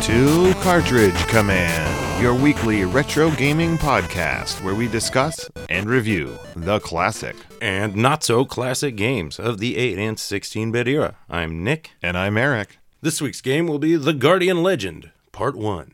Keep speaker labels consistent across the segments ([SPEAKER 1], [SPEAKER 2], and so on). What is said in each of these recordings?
[SPEAKER 1] to Cartridge Command, your weekly retro gaming podcast where we discuss and review the classic.
[SPEAKER 2] and not so classic games of the 8 and 16 bit era. I'm Nick.
[SPEAKER 1] And I'm Eric.
[SPEAKER 2] This week's game will be The Guardian Legend, Part 1.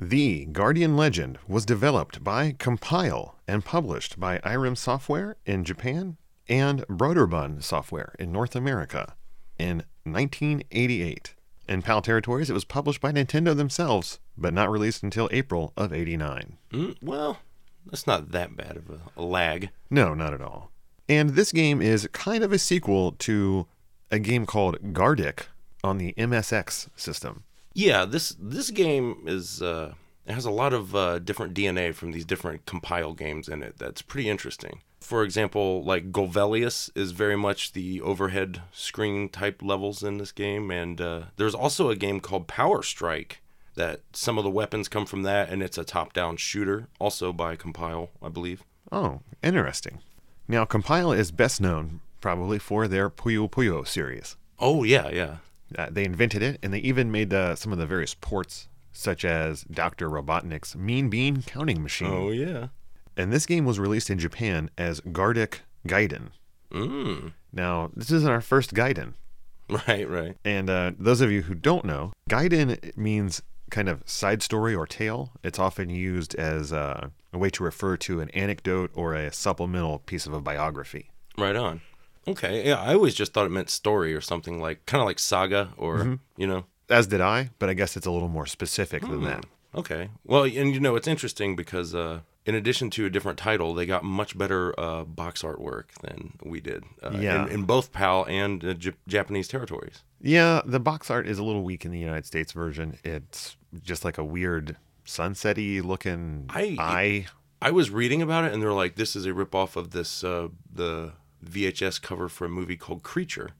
[SPEAKER 1] The Guardian Legend was developed by Compile and published by Irem Software in Japan and Broderbund Software in North America in 1988. In PAL territories, it was published by Nintendo themselves, but not released until April of 89.
[SPEAKER 2] Mm, well, that's not that bad of a, a lag.
[SPEAKER 1] No, not at all. And this game is kind of a sequel to a game called Gardic on the MSX system.
[SPEAKER 2] Yeah, this this game is uh, it has a lot of uh, different DNA from these different compile games in it. That's pretty interesting. For example, like Golvelius is very much the overhead screen type levels in this game, and uh, there's also a game called Power Strike that some of the weapons come from that, and it's a top-down shooter, also by Compile, I believe.
[SPEAKER 1] Oh, interesting. Now, Compile is best known probably for their Puyo Puyo series.
[SPEAKER 2] Oh yeah, yeah.
[SPEAKER 1] Uh, they invented it, and they even made uh, some of the various ports, such as Dr. Robotnik's Mean Bean Counting Machine.
[SPEAKER 2] yeah.
[SPEAKER 1] And this game was released in Japan as Gardic Gaiden.
[SPEAKER 2] Mm.
[SPEAKER 1] Now, this isn't our first Gaiden.
[SPEAKER 2] Right, right.
[SPEAKER 1] And uh, those of you who don't know, Gaiden means kind of side story or tale. It's often used as uh, a way to refer to an anecdote or a supplemental piece of a biography.
[SPEAKER 2] Right on. Okay. Yeah, I always just thought it meant story or something like kind of like saga or you know.
[SPEAKER 1] As did I, but I guess it's a little more specific
[SPEAKER 2] Hmm.
[SPEAKER 1] than that.
[SPEAKER 2] Okay. Well, and you know it's interesting because uh, in addition to a different title, they got much better uh, box artwork than we did. Uh,
[SPEAKER 1] Yeah.
[SPEAKER 2] In, in both PAL and uh, J- Japanese territories.
[SPEAKER 1] Yeah, the box art is a little weak in the United States version. It's just like a weird sunset-y looking
[SPEAKER 2] I-
[SPEAKER 1] eye.
[SPEAKER 2] I was reading about it and they're like, this is a ripoff of this uh, the VHS cover for a movie called Creature.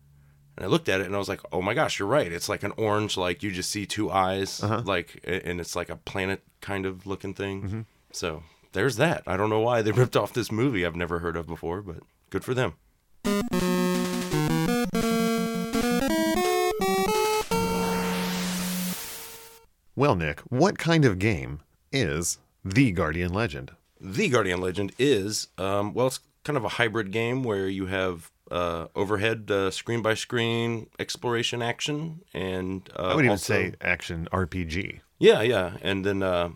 [SPEAKER 2] And I looked at it and I was like, oh my gosh, you're right. It's like an orange, like you just see two eyes,
[SPEAKER 1] Uh-huh.
[SPEAKER 2] like, a- and it's like a planet kind of looking thing.
[SPEAKER 1] Mm-hmm.
[SPEAKER 2] So there's that. I don't know why they ripped off this movie I've never heard of before, but good for them.
[SPEAKER 1] Well, Nick, what kind of game is The Guardian Legend?
[SPEAKER 2] The Guardian Legend is, um, well, it's kind of a hybrid game where you have uh, overhead uh, screen by screen exploration action and uh,
[SPEAKER 1] I would even
[SPEAKER 2] also-
[SPEAKER 1] say action RPG.
[SPEAKER 2] Yeah, yeah, and then uh,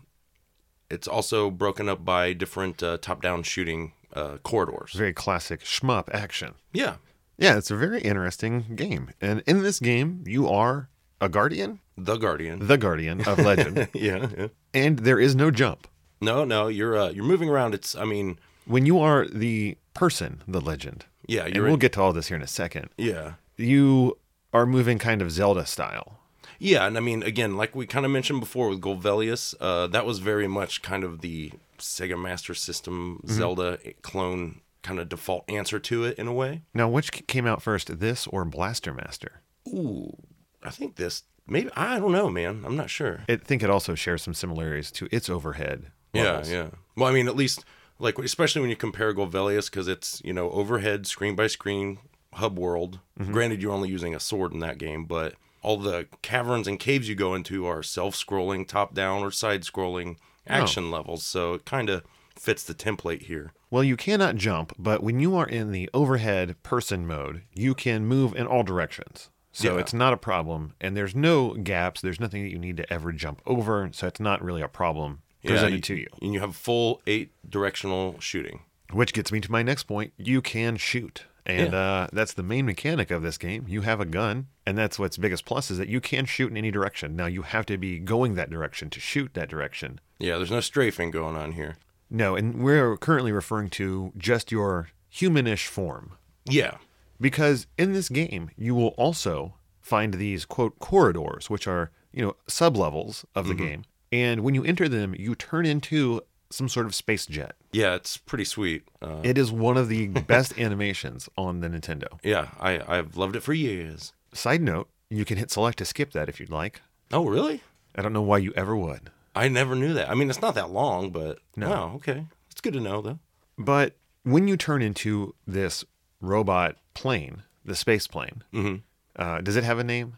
[SPEAKER 2] it's also broken up by different uh, top-down shooting uh, corridors.
[SPEAKER 1] Very classic shmup action.
[SPEAKER 2] Yeah,
[SPEAKER 1] Yeah, it's a very interesting game. And in this game, you are a guardian,
[SPEAKER 2] the Guardian.
[SPEAKER 1] the guardian of legend,
[SPEAKER 2] yeah, yeah.
[SPEAKER 1] and there is no jump.
[SPEAKER 2] No, no, you're uh, you're moving around. It's, I mean,
[SPEAKER 1] When you are the person, the legend,
[SPEAKER 2] yeah,
[SPEAKER 1] and
[SPEAKER 2] you're,
[SPEAKER 1] we'll
[SPEAKER 2] in-
[SPEAKER 1] get to all this here in a second,
[SPEAKER 2] yeah,
[SPEAKER 1] you are moving kind of Zelda style.
[SPEAKER 2] yeah, and I mean, again, like we kind of mentioned before with Golvelius, uh, that was very much kind of the Sega Master System
[SPEAKER 1] Mm-hmm.
[SPEAKER 2] Zelda clone kind of default answer to it in a way.
[SPEAKER 1] Now, which c- came out first, this or Blaster Master?
[SPEAKER 2] Ooh, I think this maybe I don't know, man. I'm not sure.
[SPEAKER 1] I think it also shares some similarities to its overhead. levels.
[SPEAKER 2] Yeah, yeah. Well, I mean, at least like especially when you compare Golvelius because it's you know overhead screen by screen hub world.
[SPEAKER 1] Mm-hmm.
[SPEAKER 2] Granted, you're only using a sword in that game, but all the caverns and caves you go into are self-scrolling, top-down or side-scrolling
[SPEAKER 1] Oh.
[SPEAKER 2] action levels. So it kind of fits the template here.
[SPEAKER 1] Well, you cannot jump, but when you are in the overhead person mode, you can move in all directions. So
[SPEAKER 2] Yeah.
[SPEAKER 1] it's not a problem, and there's no gaps. There's nothing that you need to ever jump over, so it's not really a problem presented to you.
[SPEAKER 2] and you have full eight-directional shooting.
[SPEAKER 1] Which gets me to my next point: you can shoot, and uh, that's the main mechanic of this game. You have a gun, and that's what's biggest plus is that you can shoot in any direction. Now you have to be going that direction to shoot that direction.
[SPEAKER 2] Yeah, there's no strafing going on here.
[SPEAKER 1] No, and we're currently referring to just your humanish form.
[SPEAKER 2] Yeah,
[SPEAKER 1] because in this game you will also find these quote corridors which are you know sublevels of the game and when you enter them you turn into some sort of space jet
[SPEAKER 2] yeah, it's pretty sweet. Uh,
[SPEAKER 1] it is one of the best animations on the nintendo
[SPEAKER 2] yeah, I I've loved it for years.
[SPEAKER 1] side note you can hit select to skip that if you'd like
[SPEAKER 2] Oh, really?
[SPEAKER 1] i don't know why you ever would
[SPEAKER 2] I never knew that. I mean, it's not that long, but
[SPEAKER 1] No.
[SPEAKER 2] no. okay. It's good to know though.
[SPEAKER 1] But when you turn into this robot plane, the space plane,
[SPEAKER 2] Mhm.
[SPEAKER 1] uh, does it have a name?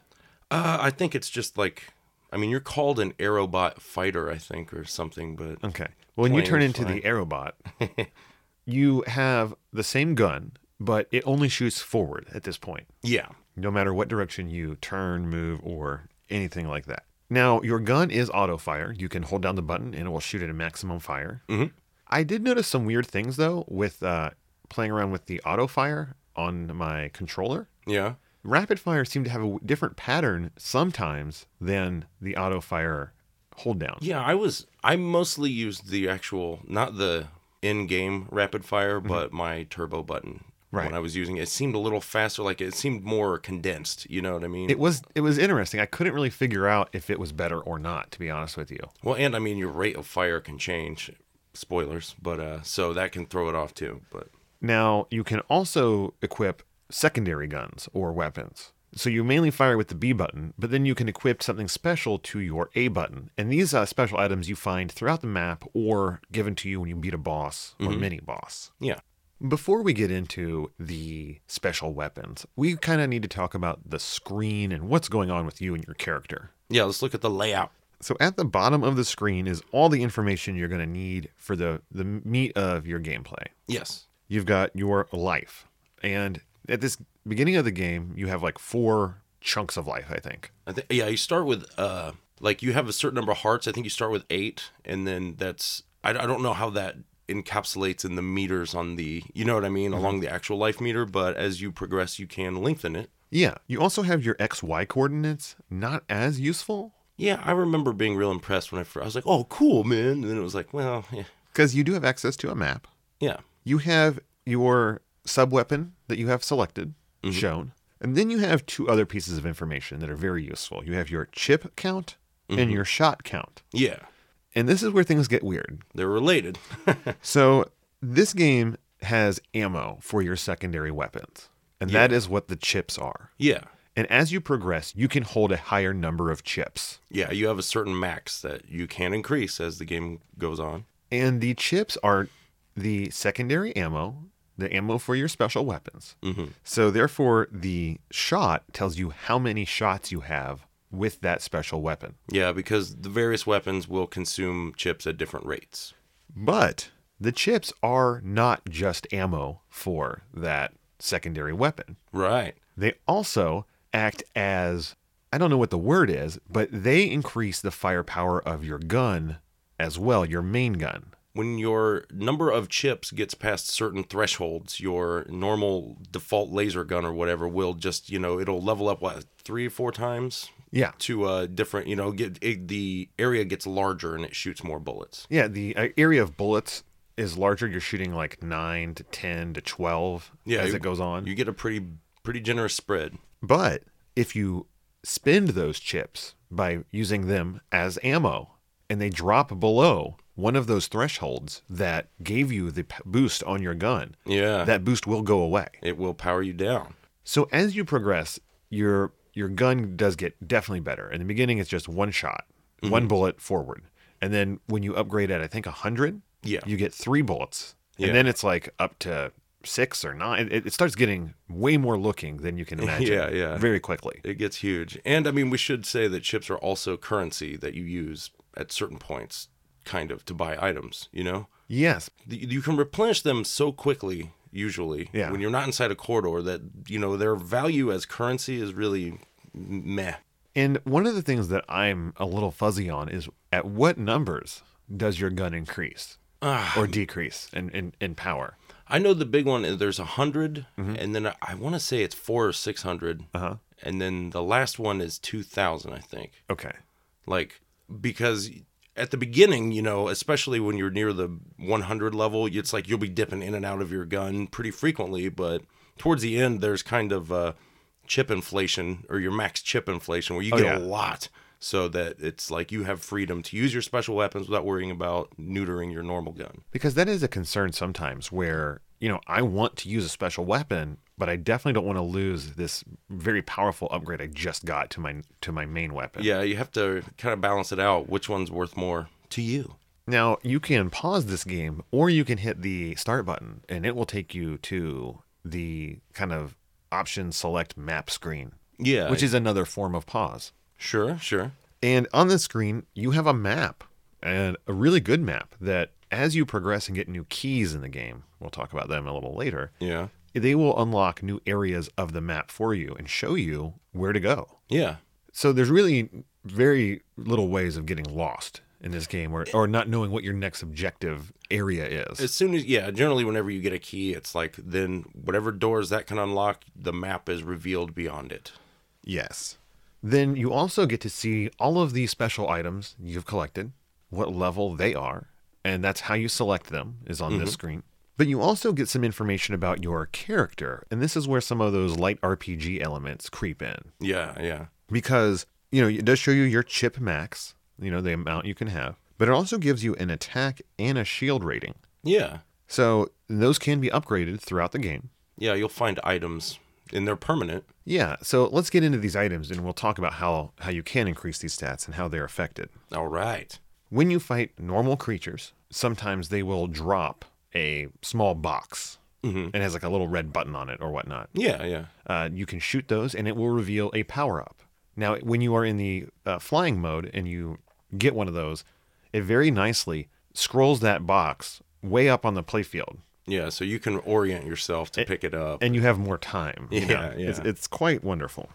[SPEAKER 2] Uh, I think it's just like, I mean, you're called an aerobot fighter, I think, or something. But
[SPEAKER 1] Okay. Well, when you turn
[SPEAKER 2] Plane,
[SPEAKER 1] into the
[SPEAKER 2] flight.
[SPEAKER 1] Aerobot, you have the same gun, but it only shoots forward at this point,
[SPEAKER 2] yeah,
[SPEAKER 1] no matter what direction you turn, move, or anything like that. Now, your gun is auto fire. You can hold down the button and it will shoot at a maximum fire.
[SPEAKER 2] Mhm.
[SPEAKER 1] I did notice some weird things, though, with uh, playing around with the auto fire on my controller.
[SPEAKER 2] yeah.
[SPEAKER 1] rapid fire seemed to have a w- different pattern sometimes than the auto fire hold down.
[SPEAKER 2] Yeah, I was. I mostly used the actual, not the in-game rapid fire, but my turbo button.
[SPEAKER 1] Right.
[SPEAKER 2] When I was using it, it seemed a little faster. Like it seemed more condensed. You know what I mean?
[SPEAKER 1] It was it was interesting. I couldn't really figure out if it was better or not, to be honest with you.
[SPEAKER 2] well, and I mean your rate of fire can change. Spoilers, but uh, so that can throw it off too. But
[SPEAKER 1] Now you can also equip secondary guns or weapons. So you mainly fire with the B button, but then you can equip something special to your A button. And these uh, special items you find throughout the map or given to you when you beat a boss or mini boss.
[SPEAKER 2] yeah,
[SPEAKER 1] Before we get into the special weapons, we kind of need to talk about the screen and what's going on with you and your character.
[SPEAKER 2] yeah. Let's look at the layout.
[SPEAKER 1] So at the bottom of the screen is all the information you're going to need for the the meat of your gameplay.
[SPEAKER 2] Yes.
[SPEAKER 1] You've got your life. And at this beginning of the game, you have like four chunks of life, I think.
[SPEAKER 2] I think yeah, you start with uh like you have a certain number of hearts. I think you start with eight, and then that's I, I don't know how that encapsulates in the meters on the you know what I mean along the actual life meter. But as you progress, you can lengthen it.
[SPEAKER 1] Yeah, you also have your XY coordinates, not as useful
[SPEAKER 2] Yeah, I remember being real impressed when I first. I was like, oh, cool, man. And then it was like, well, yeah,
[SPEAKER 1] because you do have access to a map.
[SPEAKER 2] yeah,
[SPEAKER 1] you have your sub weapon that you have selected shown, and then you have two other pieces of information that are very useful. You have your chip count and your shot count.
[SPEAKER 2] yeah.
[SPEAKER 1] And this is where things get weird.
[SPEAKER 2] They're related.
[SPEAKER 1] So, this game has ammo for your secondary weapons, and that is what the chips are.
[SPEAKER 2] yeah,
[SPEAKER 1] And as you progress, you can hold a higher number of chips.
[SPEAKER 2] yeah. You have a certain max that you can increase as the game goes on.
[SPEAKER 1] And the chips are the secondary ammo, the ammo for your special weapons.
[SPEAKER 2] Mhm.
[SPEAKER 1] So, therefore, the shot tells you how many shots you have with that special weapon.
[SPEAKER 2] Yeah, because the various weapons will consume chips at different rates.
[SPEAKER 1] But the chips are not just ammo for that secondary weapon,
[SPEAKER 2] Right.
[SPEAKER 1] they also act as I don't know what the word is, but they increase the firepower of your gun as well, your main gun.
[SPEAKER 2] when your number of chips gets past certain thresholds, your normal default laser gun or whatever will just, you know, it'll level up what three or four times
[SPEAKER 1] Yeah.
[SPEAKER 2] to uh different, you know, get it, the area gets larger and it shoots more bullets.
[SPEAKER 1] Yeah, the uh, area of bullets is larger. You're shooting like 9 to 10 to 12
[SPEAKER 2] Yeah,
[SPEAKER 1] as
[SPEAKER 2] you-
[SPEAKER 1] it goes on.
[SPEAKER 2] You get a pretty pretty generous spread.
[SPEAKER 1] But if you spend those chips by using them as ammo and they drop below one of those thresholds that gave you the p- boost on your gun,
[SPEAKER 2] Yeah.
[SPEAKER 1] that boost will go away.
[SPEAKER 2] it will power you down.
[SPEAKER 1] So as you progress, your your gun does get definitely better. In the beginning it's just one shot, one
[SPEAKER 2] Mm-hmm.
[SPEAKER 1] bullet forward. And then when you upgrade at I think 100,
[SPEAKER 2] Yeah.
[SPEAKER 1] you get 3 bullets.
[SPEAKER 2] Yeah.
[SPEAKER 1] And then it's like up to 6 or 9. It, it starts getting way more looking than you can imagine.
[SPEAKER 2] Yeah, yeah.
[SPEAKER 1] Very quickly.
[SPEAKER 2] It gets huge. And I mean, we should say that chips are also currency that you use at certain points kind of to buy items, you know?
[SPEAKER 1] Yes,
[SPEAKER 2] th- you can replenish them so quickly usually
[SPEAKER 1] Yeah.
[SPEAKER 2] when you're not inside a corridor that you know their value as currency is really meh
[SPEAKER 1] And one of the things that I'm a little fuzzy on is at what numbers does your gun increase
[SPEAKER 2] Ah.
[SPEAKER 1] or decrease in, in, in power?
[SPEAKER 2] i know the big one is there's a 100 and then i, I want to say it's four or six
[SPEAKER 1] Mm-hmm. Uh-huh.
[SPEAKER 2] and then the last one is two thousand i think
[SPEAKER 1] Okay.
[SPEAKER 2] like because at the beginning you know especially when you're near the 100 level it's like you'll be dipping in and out of your gun pretty frequently but towards the end there's kind of uh chip inflation or your max chip inflation where you get a
[SPEAKER 1] Oh, yeah.
[SPEAKER 2] lot so that it's like you have freedom to use your special weapons without worrying about neutering your normal gun
[SPEAKER 1] Because that is a concern sometimes where you know, I want to use a special weapon, but I definitely don't want to lose this very powerful upgrade I just got to my to my main weapon.
[SPEAKER 2] Yeah, you have to kind of balance it out. Which one's worth more to you?
[SPEAKER 1] Now, you can pause this game or you can hit the start button and it will take you to the kind of option select map screen,
[SPEAKER 2] Yeah.
[SPEAKER 1] which is another form of pause.
[SPEAKER 2] sure, sure.
[SPEAKER 1] And on this screen, you have a map and a really good map that as you progress and get new keys in the game, we'll talk about them a little later,
[SPEAKER 2] Yeah.
[SPEAKER 1] they will unlock new areas of the map for you and show you where to go.
[SPEAKER 2] Yeah.
[SPEAKER 1] So there's really very little ways of getting lost in this game or, or not knowing what your next objective area is.
[SPEAKER 2] As soon as yeah, generally whenever you get a key, it's like then whatever doors that can unlock, the map is revealed beyond it.
[SPEAKER 1] Yes. Then you also get to see all of the special items you've collected, what level they are, and that's how you select them is on this screen. But you also get some information about your character, and this is where some of those light RPG elements creep in
[SPEAKER 2] Yeah, yeah.
[SPEAKER 1] because, you know, it does show you your chip max, you know, the amount you can have, but it also gives you an attack and a shield rating.
[SPEAKER 2] Yeah.
[SPEAKER 1] So those can be upgraded throughout the game.
[SPEAKER 2] Yeah, you'll find items and they're permanent.
[SPEAKER 1] Yeah, so let's get into these items and we'll talk about how, how you can increase these stats and how they're affected.
[SPEAKER 2] All right.
[SPEAKER 1] When you fight normal creatures, sometimes they will drop a small box and it has like a little red button on it or whatnot.
[SPEAKER 2] Mm-hmm. Yeah, yeah.
[SPEAKER 1] Uh, you can shoot those and it will reveal a power up. Now, when you are in the uh, flying mode and you get one of those, it very nicely scrolls that box way up on the playfield
[SPEAKER 2] Yeah, so you can orient yourself to pick it up.
[SPEAKER 1] and you have more time. you
[SPEAKER 2] Yeah,
[SPEAKER 1] know? It's,
[SPEAKER 2] yeah.
[SPEAKER 1] it's quite wonderful.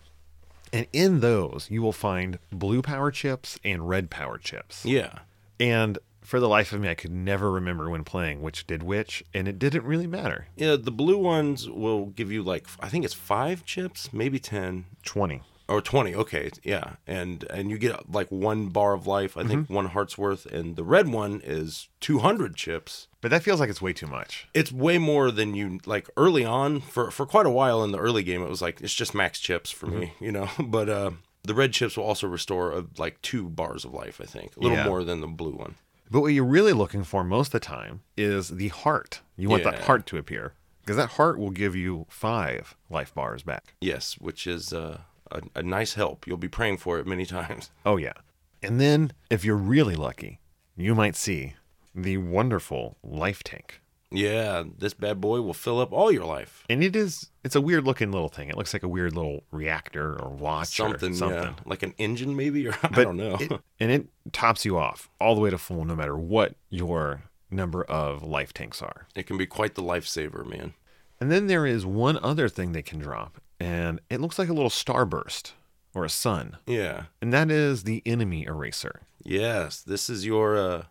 [SPEAKER 1] And in those, you will find blue power chips and red power chips.
[SPEAKER 2] yeah.
[SPEAKER 1] And for the life of me, I could never remember when playing which did which, and it didn't really matter.
[SPEAKER 2] Yeah, the blue ones will give you like I think it's 5 chips, maybe 10
[SPEAKER 1] 20.
[SPEAKER 2] or 20. Okay. Yeah. And and you get like one bar of life, I think one heart's worth, and the red one is 200 chips.
[SPEAKER 1] But that feels like it's way too much.
[SPEAKER 2] it's way more than you like early on for for quite a while in the early game it was like it's just max chips for me
[SPEAKER 1] Mm-hmm.
[SPEAKER 2] you know but uh the red chips will also restore uh, like two bars of life i think a little
[SPEAKER 1] Yeah.
[SPEAKER 2] more than the blue one
[SPEAKER 1] But what you're really looking for most of the time is the heart. You want that
[SPEAKER 2] Yeah.
[SPEAKER 1] heart to appear because that heart will give you five life bars back.
[SPEAKER 2] yes which is uh, a, a nice help you'll be praying for it many times
[SPEAKER 1] Oh, yeah. And then if you're really lucky, you might see the wonderful life tank.
[SPEAKER 2] yeah this bad boy will fill up all your life
[SPEAKER 1] And it is, it's a weird looking little thing. It looks like a weird little reactor or watch
[SPEAKER 2] something
[SPEAKER 1] or
[SPEAKER 2] yeah Oh.
[SPEAKER 1] something.
[SPEAKER 2] like an engine maybe or i don't know
[SPEAKER 1] it- and it tops you off all the way to full no matter what your number of life tanks are.
[SPEAKER 2] it can be quite the lifesaver man
[SPEAKER 1] And then there is one other thing they can drop, and it looks like a little starburst or a sun,
[SPEAKER 2] yeah
[SPEAKER 1] and that is the enemy eraser.
[SPEAKER 2] Yes, this is your. Uh,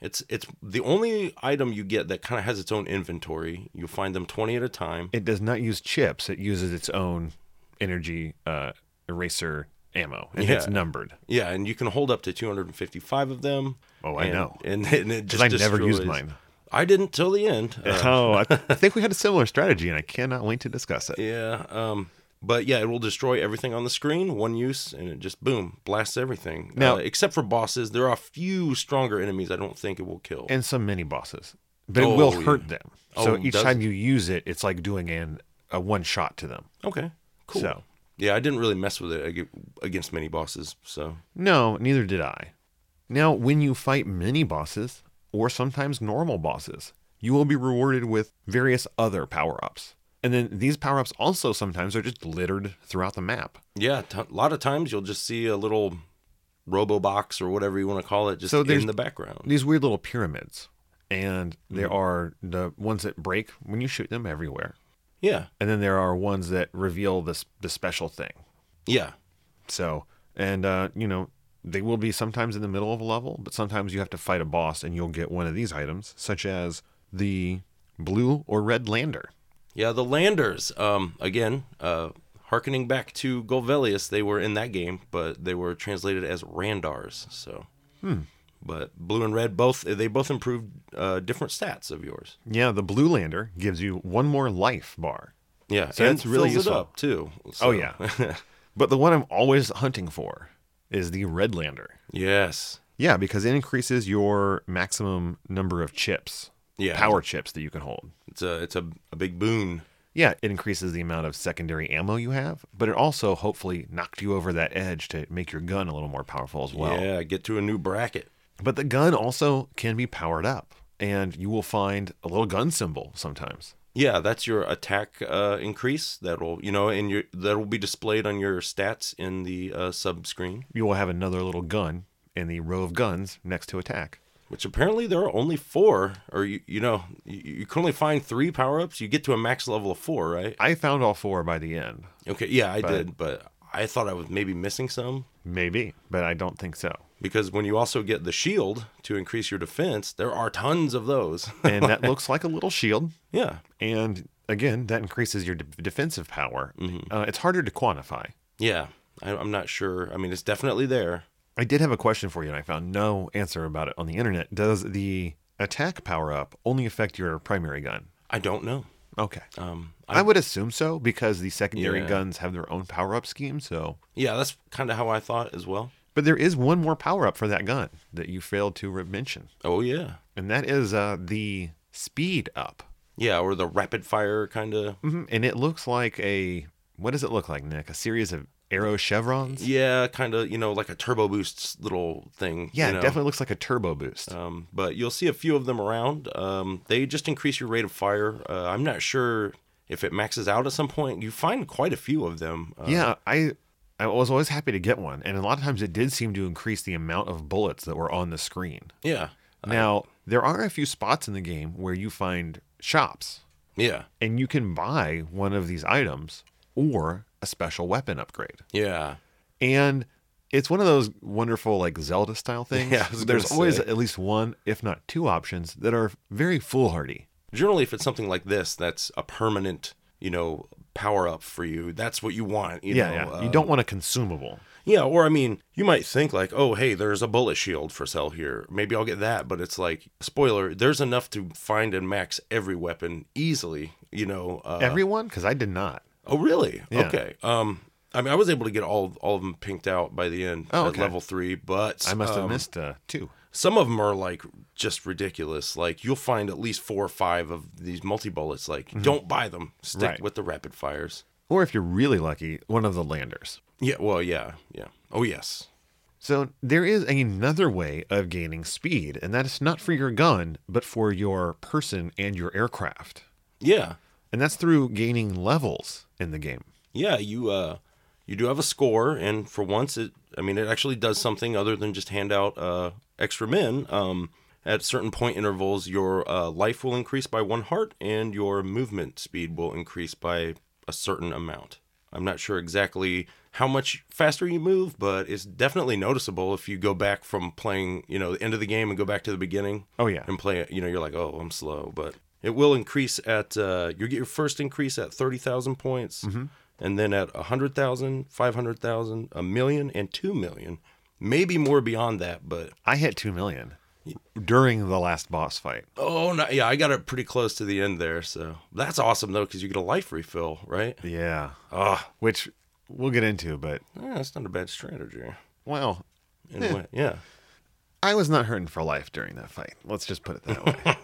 [SPEAKER 2] it's it's the only item you get that kind of has its own inventory. You'll find them twenty at a time.
[SPEAKER 1] It does not use chips, it uses its own energy uh, eraser ammo, and it's
[SPEAKER 2] Yeah.
[SPEAKER 1] numbered.
[SPEAKER 2] Yeah, and you can hold up to two hundred and fifty-five of them.
[SPEAKER 1] Oh, I
[SPEAKER 2] and-
[SPEAKER 1] know.
[SPEAKER 2] And, and it just
[SPEAKER 1] I never used
[SPEAKER 2] destroys-
[SPEAKER 1] mine.
[SPEAKER 2] I didn't till the end. Uh,
[SPEAKER 1] oh, I, I think we had a similar strategy, and I cannot wait to discuss it.
[SPEAKER 2] yeah. Um. But yeah, it will destroy everything on the screen. One use, and it just boom blasts everything.
[SPEAKER 1] Now-
[SPEAKER 2] uh, except for bosses, there are a few stronger enemies. I don't think it will kill.
[SPEAKER 1] and some mini bosses, but it
[SPEAKER 2] Oh,
[SPEAKER 1] will
[SPEAKER 2] yeah.
[SPEAKER 1] hurt them. So
[SPEAKER 2] Oh,
[SPEAKER 1] each
[SPEAKER 2] does
[SPEAKER 1] time you use it, it's like doing an a one shot to them.
[SPEAKER 2] okay. Cool.
[SPEAKER 1] So
[SPEAKER 2] Yeah, I didn't really mess with it ag- against many bosses. So
[SPEAKER 1] no, neither did I. Now, when you fight mini bosses or sometimes normal bosses, you will be rewarded with various other power ups. And then these power ups also sometimes are just littered throughout the map.
[SPEAKER 2] Yeah, t- a lot of times you'll just see a little robo box or whatever you want to call it just
[SPEAKER 1] So there's-
[SPEAKER 2] in the background.
[SPEAKER 1] These weird little pyramids. And there are the ones that break when you shoot them everywhere.
[SPEAKER 2] Yeah.
[SPEAKER 1] And then there are ones that reveal this the special thing.
[SPEAKER 2] Yeah.
[SPEAKER 1] So, and uh, you know, they will be sometimes in the middle of a level, but sometimes you have to fight a boss and you'll get one of these items, such as the blue or red lander.
[SPEAKER 2] Yeah, the Landers um again, uh harkening back to Golvelius, they were in that game, but they were translated as Randars, so.
[SPEAKER 1] Hmm.
[SPEAKER 2] But blue and red both they both improved uh different stats of yours.
[SPEAKER 1] Yeah, the blue lander gives you one more life bar.
[SPEAKER 2] Yeah,
[SPEAKER 1] So that's really
[SPEAKER 2] fills it
[SPEAKER 1] useful.
[SPEAKER 2] up too.
[SPEAKER 1] Oh
[SPEAKER 2] so-
[SPEAKER 1] yeah. but the one I'm always hunting for is the red lander.
[SPEAKER 2] Yes.
[SPEAKER 1] Yeah, because it increases your maximum number of chips
[SPEAKER 2] Yeah.
[SPEAKER 1] power chips that you can hold.
[SPEAKER 2] It's a it's a, a big boon.
[SPEAKER 1] Yeah, it increases the amount of secondary ammo you have, but it also hopefully knocked you over that edge to make your gun a little more powerful as well.
[SPEAKER 2] yeah, get to a new bracket.
[SPEAKER 1] But the gun also can be powered up, and you will find a little gun symbol sometimes.
[SPEAKER 2] Yeah, that's your attack uh, increase. That'll you know, and your that will be displayed on your stats in the uh, sub screen.
[SPEAKER 1] You will have another little gun in the row of guns next to attack.
[SPEAKER 2] Which apparently there are only four, or you you know, you, you can only find three power ups. You get to a max level of four, right?
[SPEAKER 1] I found all four by the end.
[SPEAKER 2] Okay, yeah, I did, but I thought I was maybe missing some
[SPEAKER 1] Maybe, but I don't think so.
[SPEAKER 2] because when you also get the shield to increase your defense, there are tons of those.
[SPEAKER 1] And that looks like a little shield.
[SPEAKER 2] yeah,
[SPEAKER 1] And again, that increases your de- defensive power. Uh, it's harder to quantify.
[SPEAKER 2] yeah, I, I'm not sure. I mean, it's definitely there.
[SPEAKER 1] I did have a question for you, and I found no answer about it on the internet. Does the attack power up only affect your primary gun?
[SPEAKER 2] I don't know.
[SPEAKER 1] Okay.
[SPEAKER 2] Um,
[SPEAKER 1] I would assume so because the secondary
[SPEAKER 2] Yeah.
[SPEAKER 1] guns have their own power up scheme. So,
[SPEAKER 2] yeah, that's kind of how I thought as well.
[SPEAKER 1] but there is one more power up for that gun that you failed to re- mention,
[SPEAKER 2] Oh yeah,
[SPEAKER 1] and that is uh, the speed up.
[SPEAKER 2] yeah, or the rapid fire kind of.
[SPEAKER 1] hmm And it looks like a what does it look like, Nick? A series of arrow chevrons.
[SPEAKER 2] Yeah, kind of. You know, like a turbo boost little thing.
[SPEAKER 1] Yeah,
[SPEAKER 2] you
[SPEAKER 1] it
[SPEAKER 2] know?
[SPEAKER 1] definitely looks like a turbo boost.
[SPEAKER 2] Um, but you'll see a few of them around. Um, they just increase your rate of fire. Uh, I'm not sure if it maxes out at some point. You find quite a few of them. Uh,
[SPEAKER 1] yeah, I I was always happy to get one, and a lot of times it did seem to increase the amount of bullets that were on the screen.
[SPEAKER 2] yeah,
[SPEAKER 1] Now there are a few spots in the game where you find shops
[SPEAKER 2] yeah,
[SPEAKER 1] and you can buy one of these items or a special weapon upgrade.
[SPEAKER 2] yeah.
[SPEAKER 1] And it's one of those wonderful like Zelda style things.
[SPEAKER 2] Yeah, I was
[SPEAKER 1] There's
[SPEAKER 2] gonna
[SPEAKER 1] always
[SPEAKER 2] say.
[SPEAKER 1] at least one, if not two options that are very foolhardy.
[SPEAKER 2] Generally, if it's something like this, that's a permanent, you know, power up for you. That's what you want. You
[SPEAKER 1] yeah,
[SPEAKER 2] know,
[SPEAKER 1] yeah.
[SPEAKER 2] uh,
[SPEAKER 1] you don't want a consumable.
[SPEAKER 2] Yeah, or I mean, you might think like, oh, hey, there's a bullet shield for sale here. Maybe I'll get that. But it's like, spoiler, there's enough to find and max every weapon easily. You know, uh,
[SPEAKER 1] Everyone? Because I did not.
[SPEAKER 2] oh, really?
[SPEAKER 1] Yeah.
[SPEAKER 2] Okay. Um, I mean, I was able to get all all of them pinked out by the end
[SPEAKER 1] Oh,
[SPEAKER 2] at
[SPEAKER 1] okay.
[SPEAKER 2] level three, but
[SPEAKER 1] I must have
[SPEAKER 2] um,
[SPEAKER 1] missed uh, two.
[SPEAKER 2] some of them are like just ridiculous. Like you'll find at least four or five of these multi bullets. Like, don't buy them. Stick
[SPEAKER 1] Mm-hmm. Right.
[SPEAKER 2] with the rapid fires.
[SPEAKER 1] Or if you're really lucky, one of the landers.
[SPEAKER 2] Yeah. Well, yeah, yeah. Oh, yes.
[SPEAKER 1] So there is another way of gaining speed, and that is not for your gun, but for your person and your aircraft.
[SPEAKER 2] Yeah.
[SPEAKER 1] And that's through gaining levels in the game.
[SPEAKER 2] yeah you uh you do have a score and for once it i mean it actually does something other than just hand out uh extra men um at certain point intervals your uh, life will increase by one heart and your movement speed will increase by a certain amount i'm not sure exactly how much faster you move but it's definitely noticeable if you go back from playing you know the end of the game and go back to the beginning
[SPEAKER 1] Oh yeah.
[SPEAKER 2] and play it. You know, you're like, oh, I'm slow, but it will increase at uh, you get your first increase at thirty thousand points, and then at a hundred thousand, five hundred thousand, a million, and two million, maybe more beyond that. But
[SPEAKER 1] I hit 2 million during the last boss fight.
[SPEAKER 2] oh, no, yeah, I got it pretty close to the end there, so that's awesome though because you get a life refill, right?
[SPEAKER 1] Yeah.
[SPEAKER 2] Ah,
[SPEAKER 1] Which we'll get into, but
[SPEAKER 2] yeah, that's not a bad strategy.
[SPEAKER 1] well,
[SPEAKER 2] In a way. Yeah,
[SPEAKER 1] I was not hurting for life during that fight. Let's just put it that way.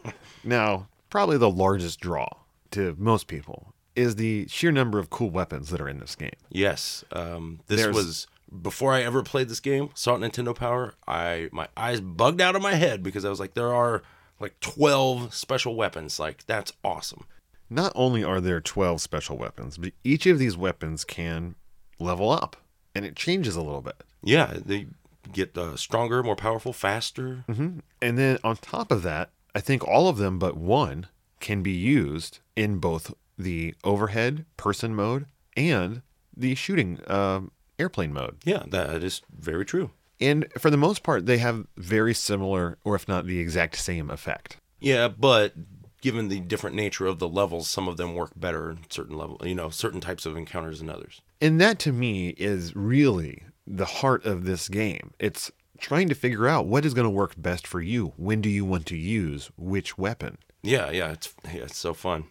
[SPEAKER 1] now, probably the largest draw to most people is the sheer number of cool weapons that are in this game.
[SPEAKER 2] yes. Um, this
[SPEAKER 1] There's-
[SPEAKER 2] was. Before I ever played this game, saw it Nintendo Power, I my eyes bugged out of my head because I was like, there are like twelve special weapons. Like that's awesome.
[SPEAKER 1] Not only are there 12 special weapons, but each of these weapons can level up and it changes a little bit.
[SPEAKER 2] Yeah, they get uh, stronger, more powerful, faster.
[SPEAKER 1] Mm-hmm. And then on top of that, I think all of them but one can be used in both the overhead person mode and the shooting um, airplane mode.
[SPEAKER 2] Yeah, that is very true.
[SPEAKER 1] And for the most part, they have very similar, or if not the exact same effect.
[SPEAKER 2] Yeah, but given the different nature of the levels, some of them work better in certain level, you know, certain types of encounters than others.
[SPEAKER 1] And that to me is really the heart of this game. It's trying to figure out what is going to work best for you. When do you want to use which weapon?
[SPEAKER 2] Yeah, yeah, it's yeah, it's so fun.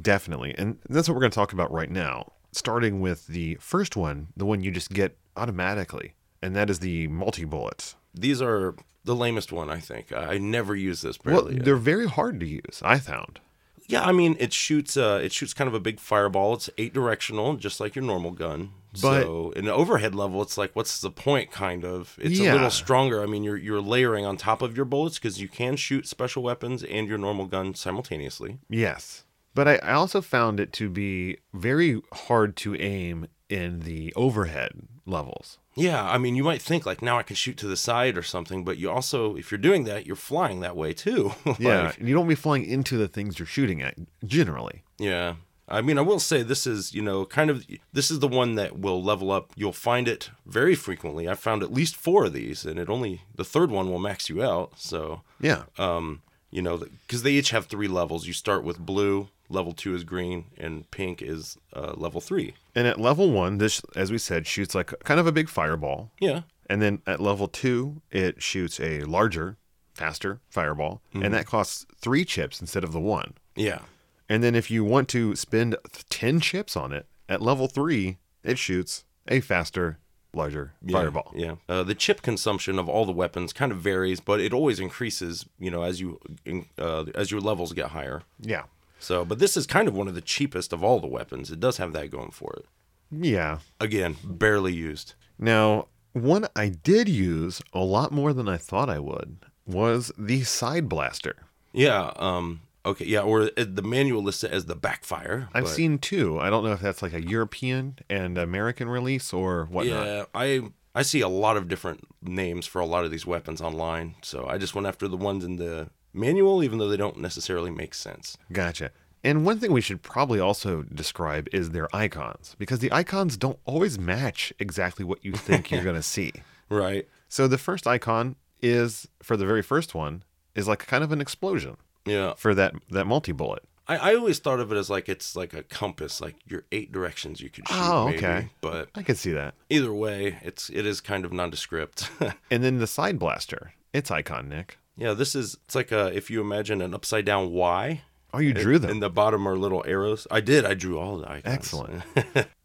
[SPEAKER 1] Definitely. And that's what we're going to talk about right now, starting with the first one, the one you just get automatically, and that is the multi bullet.
[SPEAKER 2] These are the lamest one, I think. I I never use this
[SPEAKER 1] Well,
[SPEAKER 2] barely.
[SPEAKER 1] they're very hard to use, I found.
[SPEAKER 2] yeah, I mean, it shoots. Uh, it shoots kind of a big fireball. It's eight directional, just like your normal gun.
[SPEAKER 1] But-
[SPEAKER 2] so in the overhead level, it's like, what's the point? Kind of. It's a
[SPEAKER 1] Yeah.
[SPEAKER 2] little stronger. I mean, you're you're layering on top of your bullets because you can shoot special weapons and your normal gun simultaneously.
[SPEAKER 1] Yes. But I, I also found it to be very hard to aim in the overhead levels.
[SPEAKER 2] Yeah, I mean, you might think like now I can shoot to the side or something, but you also, if you're doing that, you're flying that way too. Like,
[SPEAKER 1] Yeah. you don't be flying into the things you're shooting at generally.
[SPEAKER 2] Yeah. I mean, I will say this is, you know, kind of this is the one that will level up. You'll find it very frequently. I found at least 4 of these and it only the third one will max you out. So,
[SPEAKER 1] Yeah.
[SPEAKER 2] um, you know, cuz they each have 3 levels. You start with blue, level 2 is green, and pink is uh, level 3.
[SPEAKER 1] And at level one, this, as we said, shoots like kind of a big fireball.
[SPEAKER 2] Yeah.
[SPEAKER 1] And then at level two, it shoots a larger, faster fireball. And that costs three chips instead of the one.
[SPEAKER 2] Yeah.
[SPEAKER 1] And then if you want to spend th- 10 chips on it, at level three, it shoots a faster, larger
[SPEAKER 2] Yeah,
[SPEAKER 1] fireball.
[SPEAKER 2] Yeah. Uh, the chip consumption of all the weapons kind of varies, but it always increases, you know, as you in- uh, as your levels get higher.
[SPEAKER 1] Yeah.
[SPEAKER 2] So, but this is kind of one of the cheapest of all the weapons. It does have that going for it.
[SPEAKER 1] Yeah.
[SPEAKER 2] Again, barely used.
[SPEAKER 1] Now, one I did use a lot more than I thought I would was the side blaster.
[SPEAKER 2] Yeah. Um. Okay. Yeah. Or uh, the manual lists it as the backfire.
[SPEAKER 1] I've
[SPEAKER 2] but-
[SPEAKER 1] seen two. I don't know if that's like a European and American release or whatnot.
[SPEAKER 2] Yeah. I I see a lot of different names for a lot of these weapons online. So I just went after the ones in the manual, even though they don't necessarily make sense.
[SPEAKER 1] Gotcha. And one thing we should probably also describe is their icons, because the icons don't always match exactly what you think you're going to see.
[SPEAKER 2] Right.
[SPEAKER 1] So the first icon is for the very first one is like kind of an explosion
[SPEAKER 2] Yeah.
[SPEAKER 1] for that that multi bullet.
[SPEAKER 2] I, I always thought of it as like it's like a compass, like your eight directions you could shoot.
[SPEAKER 1] Oh,
[SPEAKER 2] maybe.
[SPEAKER 1] okay.
[SPEAKER 2] But
[SPEAKER 1] I could see that.
[SPEAKER 2] either way, it's it is kind of nondescript.
[SPEAKER 1] And then the side blaster. It's icon, Nick.
[SPEAKER 2] yeah, this is it's like a, if you imagine an upside down Y.
[SPEAKER 1] Oh, you drew them.
[SPEAKER 2] In the bottom are little arrows. I did. I drew all the icons.
[SPEAKER 1] Excellent.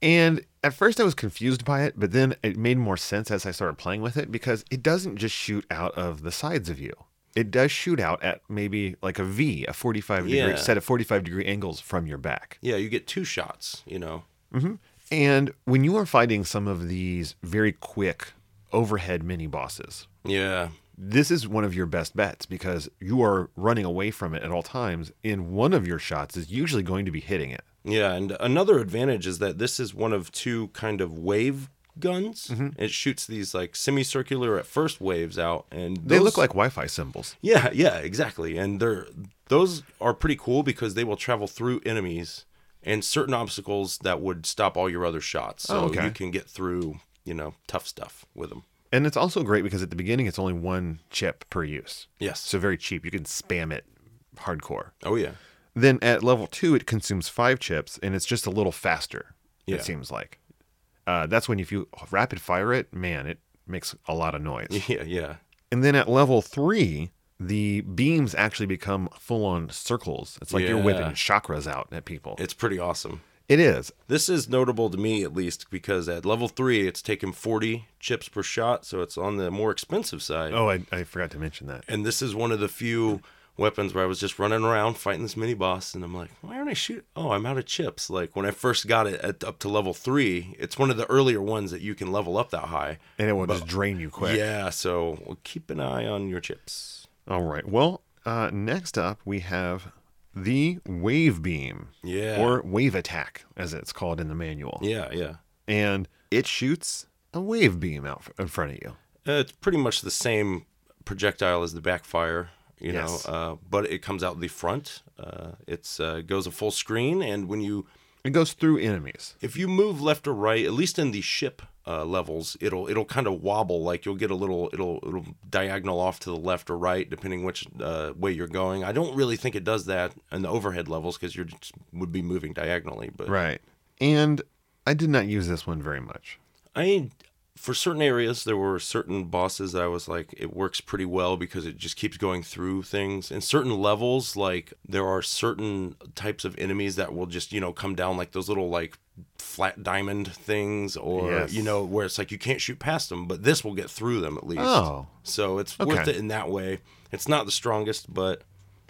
[SPEAKER 1] and at first I was confused by it, but then it made more sense as I started playing with it because it doesn't just shoot out of the sides of you. It does shoot out at maybe like a V, a 45
[SPEAKER 2] Yeah.
[SPEAKER 1] degree set of 45 degree angles from your back.
[SPEAKER 2] yeah, you get two shots. You know.
[SPEAKER 1] And when you are fighting some of these very quick overhead mini bosses,
[SPEAKER 2] Yeah.
[SPEAKER 1] this is one of your best bets because you are running away from it at all times and one of your shots is usually going to be hitting it.
[SPEAKER 2] Yeah, and another advantage is that this is one of two kind of wave guns.
[SPEAKER 1] Mm-hmm.
[SPEAKER 2] It shoots these like semicircular at first waves out, and
[SPEAKER 1] They
[SPEAKER 2] those-
[SPEAKER 1] look like Wi-Fi symbols.
[SPEAKER 2] Yeah, yeah, exactly. And they're those are pretty cool because they will travel through enemies and certain obstacles that would stop all your other shots. So
[SPEAKER 1] Oh, okay.
[SPEAKER 2] you can get through, you know, tough stuff with them.
[SPEAKER 1] And it's also great because at the beginning it's only one chip per use.
[SPEAKER 2] Yes.
[SPEAKER 1] So very cheap. You can spam it hardcore.
[SPEAKER 2] oh yeah.
[SPEAKER 1] Then at level two, it consumes five chips and it's just a little faster,
[SPEAKER 2] Yeah.
[SPEAKER 1] it seems like. Uh, that's when if you rapid fire it, man, it makes a lot of noise.
[SPEAKER 2] Yeah, yeah.
[SPEAKER 1] And then at level three, the beams actually become full on circles. It's like you're
[SPEAKER 2] Yeah.
[SPEAKER 1] whipping chakras out at people.
[SPEAKER 2] It's pretty awesome.
[SPEAKER 1] it is.
[SPEAKER 2] This is notable to me at least because at level 3 it's taking 40 chips per shot, so it's on the more expensive side.
[SPEAKER 1] Oh, I, I forgot to mention that.
[SPEAKER 2] And this is one of the few weapons where I was just running around fighting this mini boss, and I'm like, why aren't I shoot? Oh, I'm out of chips. Like when I first got it at, up to level three, it's one of the earlier ones that you can level up that high.
[SPEAKER 1] And it will just drain you quick.
[SPEAKER 2] Yeah, so well, keep an eye on your chips.
[SPEAKER 1] All right. Well, uh, next up we have the wave beam
[SPEAKER 2] Yeah.
[SPEAKER 1] or wave attack, as it's called in the manual.
[SPEAKER 2] yeah, yeah.
[SPEAKER 1] And it shoots a wave beam out f- in front of you.
[SPEAKER 2] Uh, it's pretty much the same projectile as the backfire, you
[SPEAKER 1] Yes.
[SPEAKER 2] know, uh, but it comes out the front. Uh, it's uh, goes a full screen, and when you
[SPEAKER 1] It goes through enemies.
[SPEAKER 2] if you move left or right, at least in the ship uh, levels, it'll it'll kind of wobble. Like you'll get a little it'll it'll diagonal off to the left or right depending which uh, way you're going. I don't really think it does that in the overhead levels because you're just would be moving diagonally. But
[SPEAKER 1] Right. And I did not use this one very much.
[SPEAKER 2] I for certain areas there were certain bosses that I was like it works pretty well because it just keeps going through things and certain levels like there are certain types of enemies that will just you know come down like those little like flat diamond things or
[SPEAKER 1] Yes.
[SPEAKER 2] you know where it's like you can't shoot past them but this will get through them at least
[SPEAKER 1] Oh.
[SPEAKER 2] so it's
[SPEAKER 1] Okay.
[SPEAKER 2] worth it in that way it's not the strongest but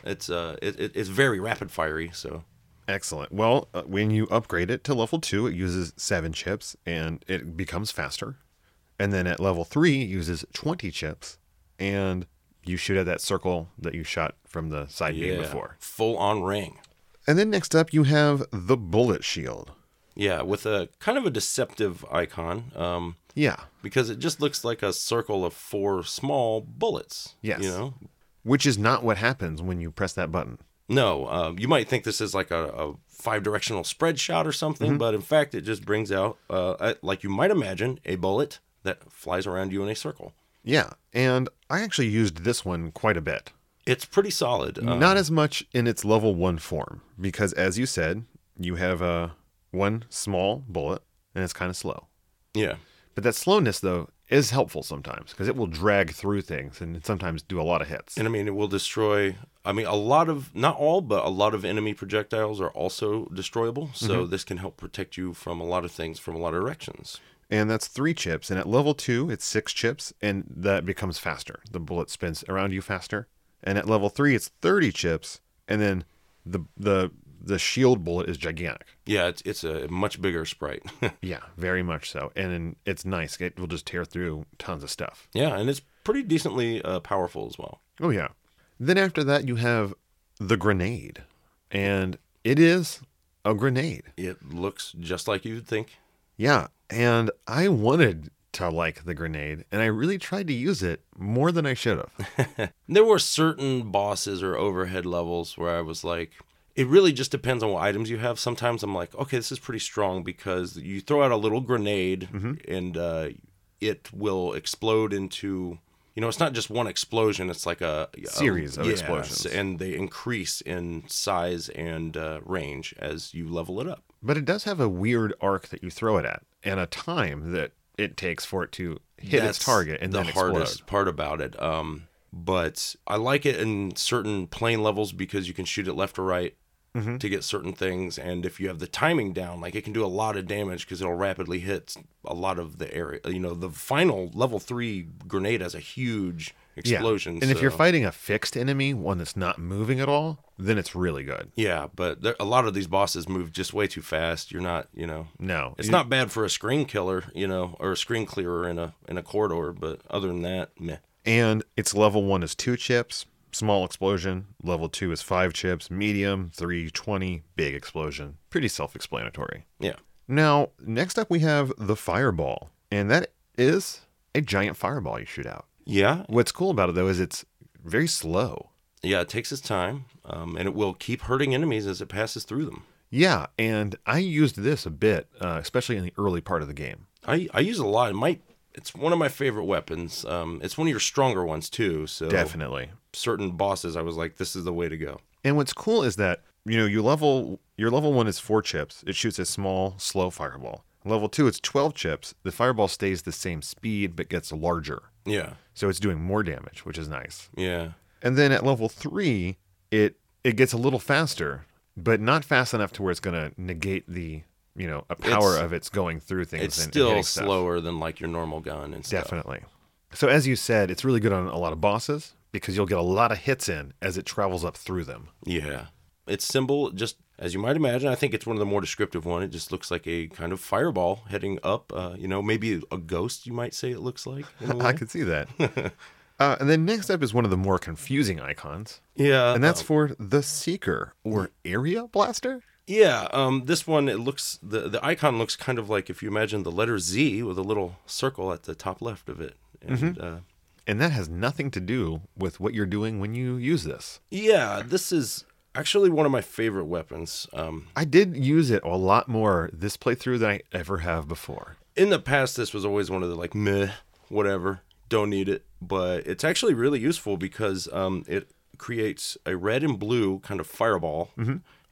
[SPEAKER 2] it's uh it, it, it's very rapid fiery so
[SPEAKER 1] Excellent. Well, uh, when you upgrade it to level two, it uses seven chips and it becomes faster. And then at level three, it uses 20 chips and you shoot at that circle that you shot from the side beam before.
[SPEAKER 2] full on ring
[SPEAKER 1] And then next up, you have the bullet shield.
[SPEAKER 2] yeah with a kind of a deceptive icon um
[SPEAKER 1] Yeah.
[SPEAKER 2] because it just looks like a circle of four small bullets.
[SPEAKER 1] Yes.
[SPEAKER 2] You know?
[SPEAKER 1] Which is not what happens when you press that button.
[SPEAKER 2] No, um, you might think this is like a, a five directional spread shot or something,
[SPEAKER 1] Mm-hmm.
[SPEAKER 2] but in fact, it just brings out, uh, a- like you might imagine, a bullet that flies around you in a circle.
[SPEAKER 1] Yeah. And I actually used this one quite a bit.
[SPEAKER 2] It's pretty solid. Uh,
[SPEAKER 1] Not as much in its level one form, because as you said, you have uh, one small bullet and it's kind of slow.
[SPEAKER 2] yeah.
[SPEAKER 1] But that slowness, though, is helpful sometimes because it will drag through things and sometimes do a lot of hits.
[SPEAKER 2] And I mean, it will destroy. I mean, a lot of, not all, but a lot of enemy projectiles are also destroyable. So
[SPEAKER 1] Mm-hmm.
[SPEAKER 2] this can help protect you from a lot of things from a lot of directions.
[SPEAKER 1] And that's three chips. And at level two, it's six chips, and that becomes faster. The bullet spins around you faster. And at level three, it's thirty chips, and then the the the shield bullet is gigantic.
[SPEAKER 2] Yeah, it's, it's a much bigger sprite.
[SPEAKER 1] Yeah, very much so. And it's nice. It will just tear through tons of stuff.
[SPEAKER 2] yeah, and it's pretty decently uh, powerful as well.
[SPEAKER 1] Oh yeah. Then after that, you have the grenade, and it is a grenade.
[SPEAKER 2] It looks just like you'd think.
[SPEAKER 1] Yeah, and I wanted to like the grenade, and I really tried to use it more than I should have.
[SPEAKER 2] There were certain bosses or overhead levels where I was like, it really just depends on what items you have. Sometimes I'm like, okay, this is pretty strong because you throw out a little grenade and uh, it will explode into. You know, it's not just one explosion; it's like a a-
[SPEAKER 1] Series of
[SPEAKER 2] yeah,
[SPEAKER 1] explosions.
[SPEAKER 2] and they increase in size and uh, range as you level it up.
[SPEAKER 1] But it does have a weird arc that you throw it at, and a time that it takes for it to hit its
[SPEAKER 2] That's
[SPEAKER 1] target and
[SPEAKER 2] the
[SPEAKER 1] then explode.
[SPEAKER 2] hardest part about it. Um, but I like it in certain plane levels because you can shoot it left or right
[SPEAKER 1] Mm-hmm.
[SPEAKER 2] to get certain things, and if you have the timing down, like it can do a lot of damage because it'll rapidly hit a lot of the area. You know, the final level three grenade has a huge
[SPEAKER 1] Yeah.
[SPEAKER 2] explosion.
[SPEAKER 1] and if you're
[SPEAKER 2] so-
[SPEAKER 1] fighting a fixed enemy, one that's not moving at all, then it's really good.
[SPEAKER 2] yeah, but there, a lot of these bosses move just way too fast. You're not, you know.
[SPEAKER 1] No,
[SPEAKER 2] It's
[SPEAKER 1] you-
[SPEAKER 2] not bad for a screen killer, you know, or a screen clearer in a in a corridor, but other than that, meh.
[SPEAKER 1] And its level one is two chips, small explosion. Level two is five chips, medium, three, 20, big explosion. Pretty self explanatory.
[SPEAKER 2] Yeah.
[SPEAKER 1] Now, next up we have the fireball, and that is a giant fireball you shoot out.
[SPEAKER 2] Yeah,
[SPEAKER 1] What's cool about it though is it's very slow.
[SPEAKER 2] Yeah, it takes its time, um, and it will keep hurting enemies as it passes through them.
[SPEAKER 1] Yeah, and I used this a bit, uh, especially in the early part of the game.
[SPEAKER 2] I, I use it a lot. It might it's one of my favorite weapons. Um, it's one of your stronger ones too. So
[SPEAKER 1] Definitely.
[SPEAKER 2] certain bosses, I was like, this is the way to go.
[SPEAKER 1] And what's cool is that you know you level your level one is four chips. It shoots a small, slow fireball. Level two, it's twelve chips. The fireball stays the same speed but gets larger,
[SPEAKER 2] Yeah,
[SPEAKER 1] so it's doing more damage, which is nice.
[SPEAKER 2] yeah,
[SPEAKER 1] And then at level three, it it gets a little faster, but not fast enough to where it's gonna negate the you know a power
[SPEAKER 2] It's-
[SPEAKER 1] of its going through things.
[SPEAKER 2] it's
[SPEAKER 1] and, and
[SPEAKER 2] still
[SPEAKER 1] hitting stuff.
[SPEAKER 2] slower than like your normal gun and stuff.
[SPEAKER 1] Definitely. So as you said, it's really good on a lot of bosses because you'll get a lot of hits in as it travels up through them.
[SPEAKER 2] Yeah, its symbol just as you might imagine. I think it's one of the more descriptive one. It just looks like a kind of fireball heading up. Uh, you know, maybe a ghost. You might say it looks like. in a
[SPEAKER 1] I
[SPEAKER 2] way.
[SPEAKER 1] could see that. uh, and then next up is one of the more confusing icons,
[SPEAKER 2] yeah,
[SPEAKER 1] and that's for the Seeker or Area Blaster.
[SPEAKER 2] Yeah, um, this one it looks the the icon looks kind of like if you imagine the letter Z with a little circle at the top left of it, and uh,
[SPEAKER 1] And that has nothing to do with what you're doing when you use this.
[SPEAKER 2] yeah, this is actually one of my favorite weapons. Um,
[SPEAKER 1] I did use it a lot more this playthrough than I ever have before.
[SPEAKER 2] in the past, this was always one of the like meh, whatever, don't need it, but it's actually really useful because um, it creates a red and blue kind of fireball,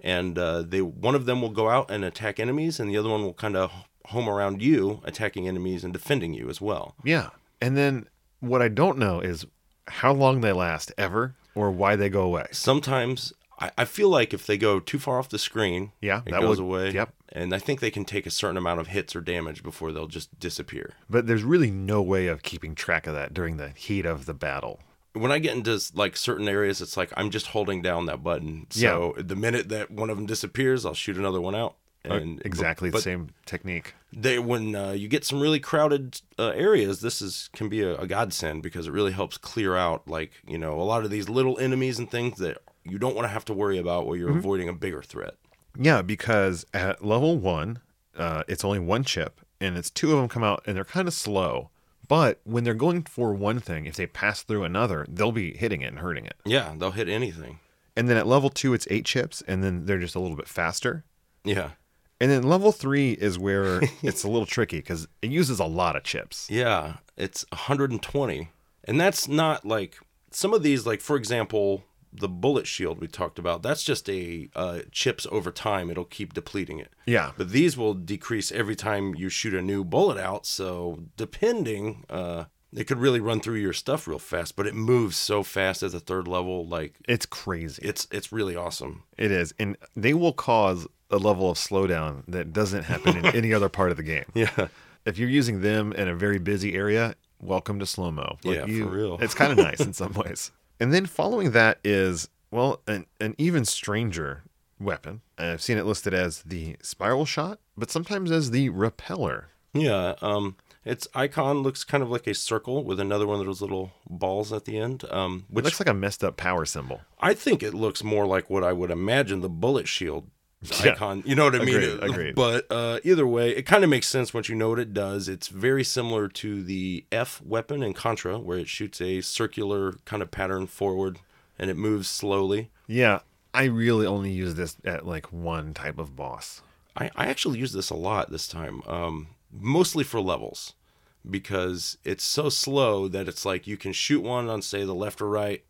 [SPEAKER 2] and uh, they one of them will go out and attack enemies, and the other one will kind of home around you, attacking enemies and defending you as well.
[SPEAKER 1] Yeah. And then what I don't know is how long they last ever or why they go away.
[SPEAKER 2] Sometimes I, I feel like if they go too far off the screen,
[SPEAKER 1] Yeah,
[SPEAKER 2] it
[SPEAKER 1] that
[SPEAKER 2] goes
[SPEAKER 1] would-
[SPEAKER 2] away.
[SPEAKER 1] yep.
[SPEAKER 2] And I think they can take a certain amount of hits or damage before they'll just disappear.
[SPEAKER 1] But there's really no way of keeping track of that during the heat of the battle.
[SPEAKER 2] when I get into like certain areas, it's like I'm just holding down that button. So the minute that one of them disappears, I'll shoot another one out.
[SPEAKER 1] Uh,
[SPEAKER 2] And
[SPEAKER 1] exactly
[SPEAKER 2] but-
[SPEAKER 1] the same technique.
[SPEAKER 2] They when uh, you get some really crowded uh, areas, this is can be a, a godsend because it really helps clear out like you know a lot of these little enemies and things that you don't want to have to worry about while you're
[SPEAKER 1] Mm-hmm.
[SPEAKER 2] avoiding a bigger threat.
[SPEAKER 1] Yeah, because at level one, uh, it's only one chip, and it's two of them come out, and they're kind of slow. But when they're going for one thing, if they pass through another, they'll be hitting it and hurting it.
[SPEAKER 2] Yeah, they'll hit anything.
[SPEAKER 1] And then at level two, it's eight chips, and then they're just a little bit faster.
[SPEAKER 2] Yeah,
[SPEAKER 1] And then level three is where it's a little tricky because it uses a lot of chips.
[SPEAKER 2] Yeah, it's 120. And that's not like some of these, like for example, the bullet shield we talked about, that's just a uh, chips over time. It'll keep depleting it.
[SPEAKER 1] Yeah.
[SPEAKER 2] But these will decrease every time you shoot a new bullet out. So depending, uh, it could really run through your stuff real fast, but it moves so fast at the third level. Like
[SPEAKER 1] It's crazy.
[SPEAKER 2] it's it's really awesome.
[SPEAKER 1] It is. And they will cause a level of slowdown that doesn't happen in any other part of the game.
[SPEAKER 2] Yeah.
[SPEAKER 1] If you're using them in a very busy area, welcome to slow mo.
[SPEAKER 2] Yeah, for real.
[SPEAKER 1] It's kind of nice in some ways. And then following that is, well, an, an even stranger weapon. I've seen it listed as the spiral shot, but sometimes as the repeller.
[SPEAKER 2] Yeah, um, its icon looks kind of like a circle with another one of those little balls at the end, um,
[SPEAKER 1] It
[SPEAKER 2] which
[SPEAKER 1] looks like a messed up power symbol.
[SPEAKER 2] I think it looks more like what I would imagine the bullet shield
[SPEAKER 1] Yeah.
[SPEAKER 2] icon. You know what I mean?
[SPEAKER 1] Agreed, agreed.
[SPEAKER 2] But uh, either way, it kind of makes sense once you know what it does. It's very similar to the F weapon in Contra, where it shoots a circular kind of pattern forward and it moves slowly.
[SPEAKER 1] Yeah, I really only use this at like one type of boss.
[SPEAKER 2] I, I actually use this a lot this time, um, mostly for levels, because it's so slow that it's like you can shoot one on, say, the left or right,